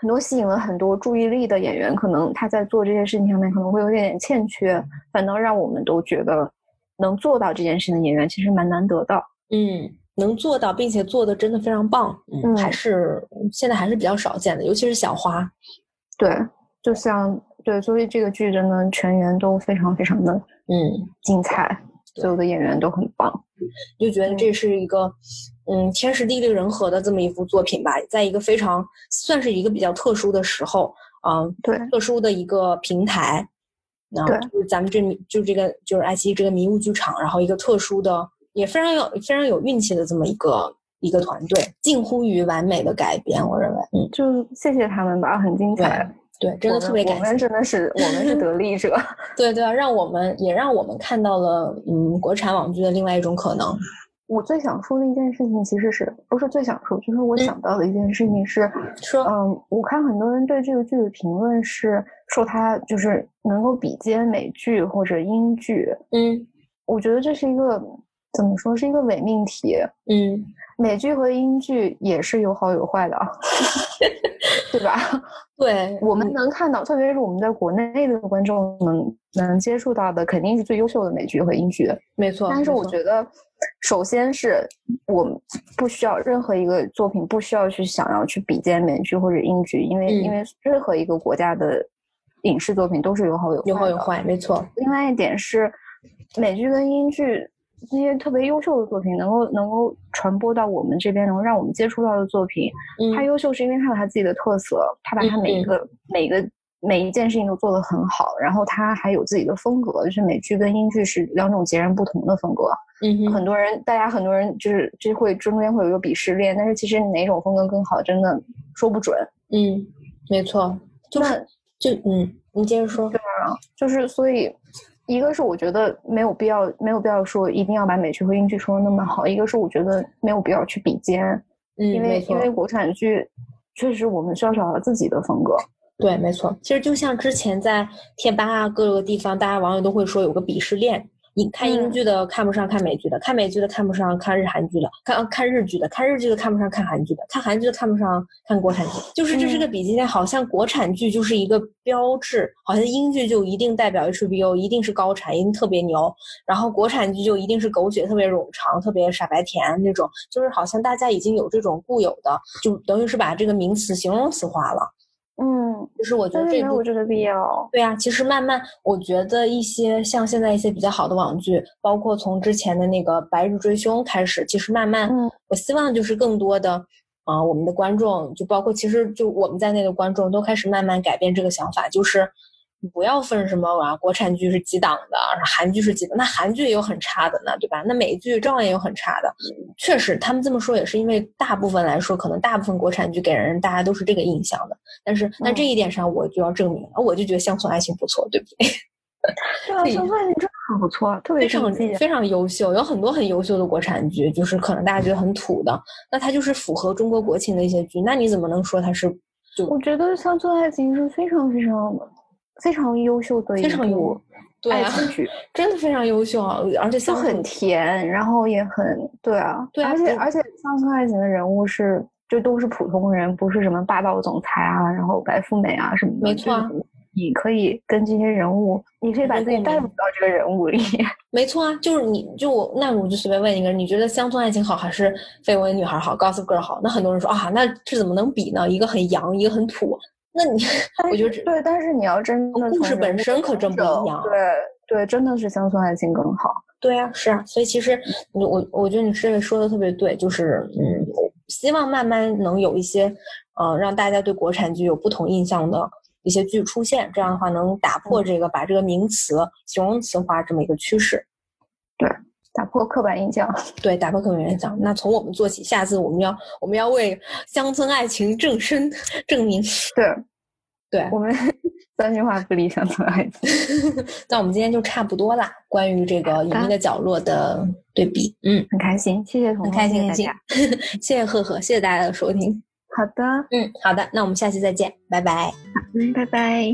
[SPEAKER 2] 很多吸引了很多注意力的演员，可能他在做这些事情上面可能会有点点欠缺，反倒让我们都觉得能做到这件事情的演员其实蛮难得的。
[SPEAKER 1] 嗯，能做到，并且做的真的非常棒，
[SPEAKER 2] 嗯
[SPEAKER 1] 还是现在还是比较少见的，尤其是小花。
[SPEAKER 2] 对，就像对，所以这个剧真的全员都非常非常的
[SPEAKER 1] 嗯，
[SPEAKER 2] 精彩，
[SPEAKER 1] 对
[SPEAKER 2] 所有的演员都很棒。
[SPEAKER 1] 就觉得这是一个。嗯，天时地利人和的这么一幅作品吧，在一个非常算是一个比较特殊的时候，啊、
[SPEAKER 2] 对
[SPEAKER 1] 特殊的一个平台，啊，
[SPEAKER 2] 对
[SPEAKER 1] 就是咱们这迷就这个就是爱奇艺这个迷雾剧场，然后一个特殊的也非常有非常有运气的这么一个一个团队，近乎于完美的改编，我认为，嗯，
[SPEAKER 2] 就谢谢他们吧，很精彩，
[SPEAKER 1] 对，真的
[SPEAKER 2] 我们
[SPEAKER 1] 特别
[SPEAKER 2] 我
[SPEAKER 1] 感
[SPEAKER 2] 们
[SPEAKER 1] 谢，
[SPEAKER 2] 真的是我们是得利 者。
[SPEAKER 1] 对对啊，让我们也让我们看到了嗯国产网剧的另外一种可能，
[SPEAKER 2] 我最想说的一件事情，其实是不是最想说，就是
[SPEAKER 1] 嗯
[SPEAKER 2] 我想到的一件事情是，
[SPEAKER 1] 说、
[SPEAKER 2] 嗯，我看很多人对这个剧的评论是说它就是能够比肩美剧或者英剧，
[SPEAKER 1] 嗯
[SPEAKER 2] 我觉得这是一个怎么说是一个伪命题。
[SPEAKER 1] 嗯，
[SPEAKER 2] 美剧和英剧也是有好有坏 的，啊对吧？
[SPEAKER 1] 对，
[SPEAKER 2] 我们
[SPEAKER 1] 嗯
[SPEAKER 2] 能看到，特别是我们在国内的观众能能接触到的，肯定是最优秀的美剧和英剧。
[SPEAKER 1] 没错，
[SPEAKER 2] 但是
[SPEAKER 1] 嗯没
[SPEAKER 2] 我
[SPEAKER 1] 错
[SPEAKER 2] 觉得，首先是我们不需要任何一个作品不需要去想要去比肩美剧或者英剧，因为、
[SPEAKER 1] 嗯
[SPEAKER 2] 因为任何一个国家的影视作品都是有好有坏
[SPEAKER 1] 有好有
[SPEAKER 2] 的
[SPEAKER 1] 坏，没错，
[SPEAKER 2] 另外一点是，美剧跟英剧那些特别优秀的作品，能够能够传播到我们这边，能让我们接触到的作品，
[SPEAKER 1] 嗯
[SPEAKER 2] 它优秀是因为它有它自己的特色，它把它
[SPEAKER 1] 嗯
[SPEAKER 2] 每一个、每一个每一件事情都做得很好，然后它还有自己的风格，就是美剧跟英剧是两种截然不同的风格。
[SPEAKER 1] 嗯哼
[SPEAKER 2] 很多人，大家很多人就是就会中间会有一个鄙视链，但是其实哪种风格更好，真的说不准。
[SPEAKER 1] 嗯，没错，就是就嗯，你接着说，
[SPEAKER 2] 就是所以，一个是我觉得没有必要，没有必要说一定要把美剧和英剧说的那么好；一个是我觉得没有必要去比肩，
[SPEAKER 1] 嗯，
[SPEAKER 2] 因
[SPEAKER 1] 没
[SPEAKER 2] 为
[SPEAKER 1] 错
[SPEAKER 2] 因为国产剧确实我们需要找到自己的风格。
[SPEAKER 1] 对，没错。其实就像之前在贴吧啊各个地方，大家网友都会说有个鄙视链，你看英
[SPEAKER 2] 嗯
[SPEAKER 1] 剧的看不上看美剧的，看美剧的看不上看日韩剧的，看呃看日剧的，看日剧的看不上看韩剧的，看韩剧的看不上看国产剧，就是这是个比基链，好像国产剧就是一个标志，好像英剧就一定代表 HBO，一定是高产，一定特别牛，然后国产剧就一定是狗血、特别冗长、特别傻白甜那种，就是好像大家已经有这种固有的，就等于是把这个名词形容词化了。
[SPEAKER 2] 嗯，
[SPEAKER 1] 就是我觉
[SPEAKER 2] 但
[SPEAKER 1] 得
[SPEAKER 2] 是没
[SPEAKER 1] 这部
[SPEAKER 2] 有这个必要。
[SPEAKER 1] 对啊，其实慢慢，我觉得一些像现在一些比较好的网剧，包括从之前的那个《白日追凶》开始，其实慢慢，
[SPEAKER 2] 嗯
[SPEAKER 1] 我希望就是更多的，啊、我们的观众，就包括其实就我们在内的观众，都开始慢慢改变这个想法，就是不要分什么啊，国产剧是几档的，韩剧是几档，那韩剧也有很差的呢，对吧？那美剧照样也有很差的，确实，他们这么说也是因为大部分来说，可能大部分国产剧给人大家都是这个印象的。但是，那这一点上我就要证明了，我就觉得《乡村爱情》不错，对不对？
[SPEAKER 2] 对啊，
[SPEAKER 1] 对
[SPEAKER 2] 乡村爱情真的很不错，特别
[SPEAKER 1] 非
[SPEAKER 2] 是
[SPEAKER 1] 常
[SPEAKER 2] 季节。
[SPEAKER 1] 非常优秀，有很多很优秀的国产剧，就是可能大家觉得很土的，那它就是符合中国国情的一些剧，那你怎么能说它是就
[SPEAKER 2] 我觉得乡村爱情是非常非常非常优秀的一
[SPEAKER 1] 非常
[SPEAKER 2] 部
[SPEAKER 1] 优？对
[SPEAKER 2] 爱
[SPEAKER 1] 啊，
[SPEAKER 2] 情剧，
[SPEAKER 1] 真的非常优秀，啊而且
[SPEAKER 2] 就
[SPEAKER 1] 相
[SPEAKER 2] 很
[SPEAKER 1] 互
[SPEAKER 2] 甜，然后也很对啊，
[SPEAKER 1] 哦对啊
[SPEAKER 2] 而且
[SPEAKER 1] 不
[SPEAKER 2] 而且乡村爱情的人物是就都是普通人，不是什么霸道总裁啊，然后白富美啊什么的，
[SPEAKER 1] 没错啊
[SPEAKER 2] 就是你可以跟这些人物，你可以把
[SPEAKER 1] 有
[SPEAKER 2] 自己
[SPEAKER 1] 共
[SPEAKER 2] 带
[SPEAKER 1] 鸣
[SPEAKER 2] 入到这个人物里。
[SPEAKER 1] 没错啊，就是你就我那我就随便问一个人，你觉得乡村爱情好还是绯闻女孩好，Gossip Girl 好？那很多人说啊，那这怎么能比呢？一个很洋，一个很土。那你
[SPEAKER 2] 但
[SPEAKER 1] 我觉得
[SPEAKER 2] 是
[SPEAKER 1] 这
[SPEAKER 2] 对，但是你要真的
[SPEAKER 1] 故
[SPEAKER 2] 从
[SPEAKER 1] 事
[SPEAKER 2] 人
[SPEAKER 1] 本
[SPEAKER 2] 物的
[SPEAKER 1] 身可
[SPEAKER 2] 成
[SPEAKER 1] 真不一
[SPEAKER 2] 长
[SPEAKER 1] 样啊
[SPEAKER 2] 对对，真的是乡村爱情更好。
[SPEAKER 1] 对啊，是啊，所以其实你我我觉得你是说的特别对，就是嗯，希望慢慢能有一些呃让大家对国产剧有不同印象的一些剧出现，这样的话能打
[SPEAKER 2] 嗯
[SPEAKER 1] 破这个、把这个名词形容词化这么一个趋势。
[SPEAKER 2] 打破刻板印象，
[SPEAKER 1] 对，打破刻板印象。那从我们做起，下次我们要我们要为乡村爱情正身证明。
[SPEAKER 2] 对
[SPEAKER 1] 对，
[SPEAKER 2] 我们三句话不离乡村爱情。
[SPEAKER 1] 那我们今天就差不多啦。关于这个《隐秘的角落》的对比，嗯，
[SPEAKER 2] 很开心，谢谢
[SPEAKER 1] 很
[SPEAKER 2] 彤彤，
[SPEAKER 1] 开
[SPEAKER 2] 谢
[SPEAKER 1] 心，
[SPEAKER 2] 谢
[SPEAKER 1] 很
[SPEAKER 2] 大
[SPEAKER 1] 开心
[SPEAKER 2] 家。。
[SPEAKER 1] 谢谢赫赫，谢谢大家的收听。
[SPEAKER 2] 好的，
[SPEAKER 1] 嗯，好的，那我们下期再见，拜拜。
[SPEAKER 2] 嗯，拜拜。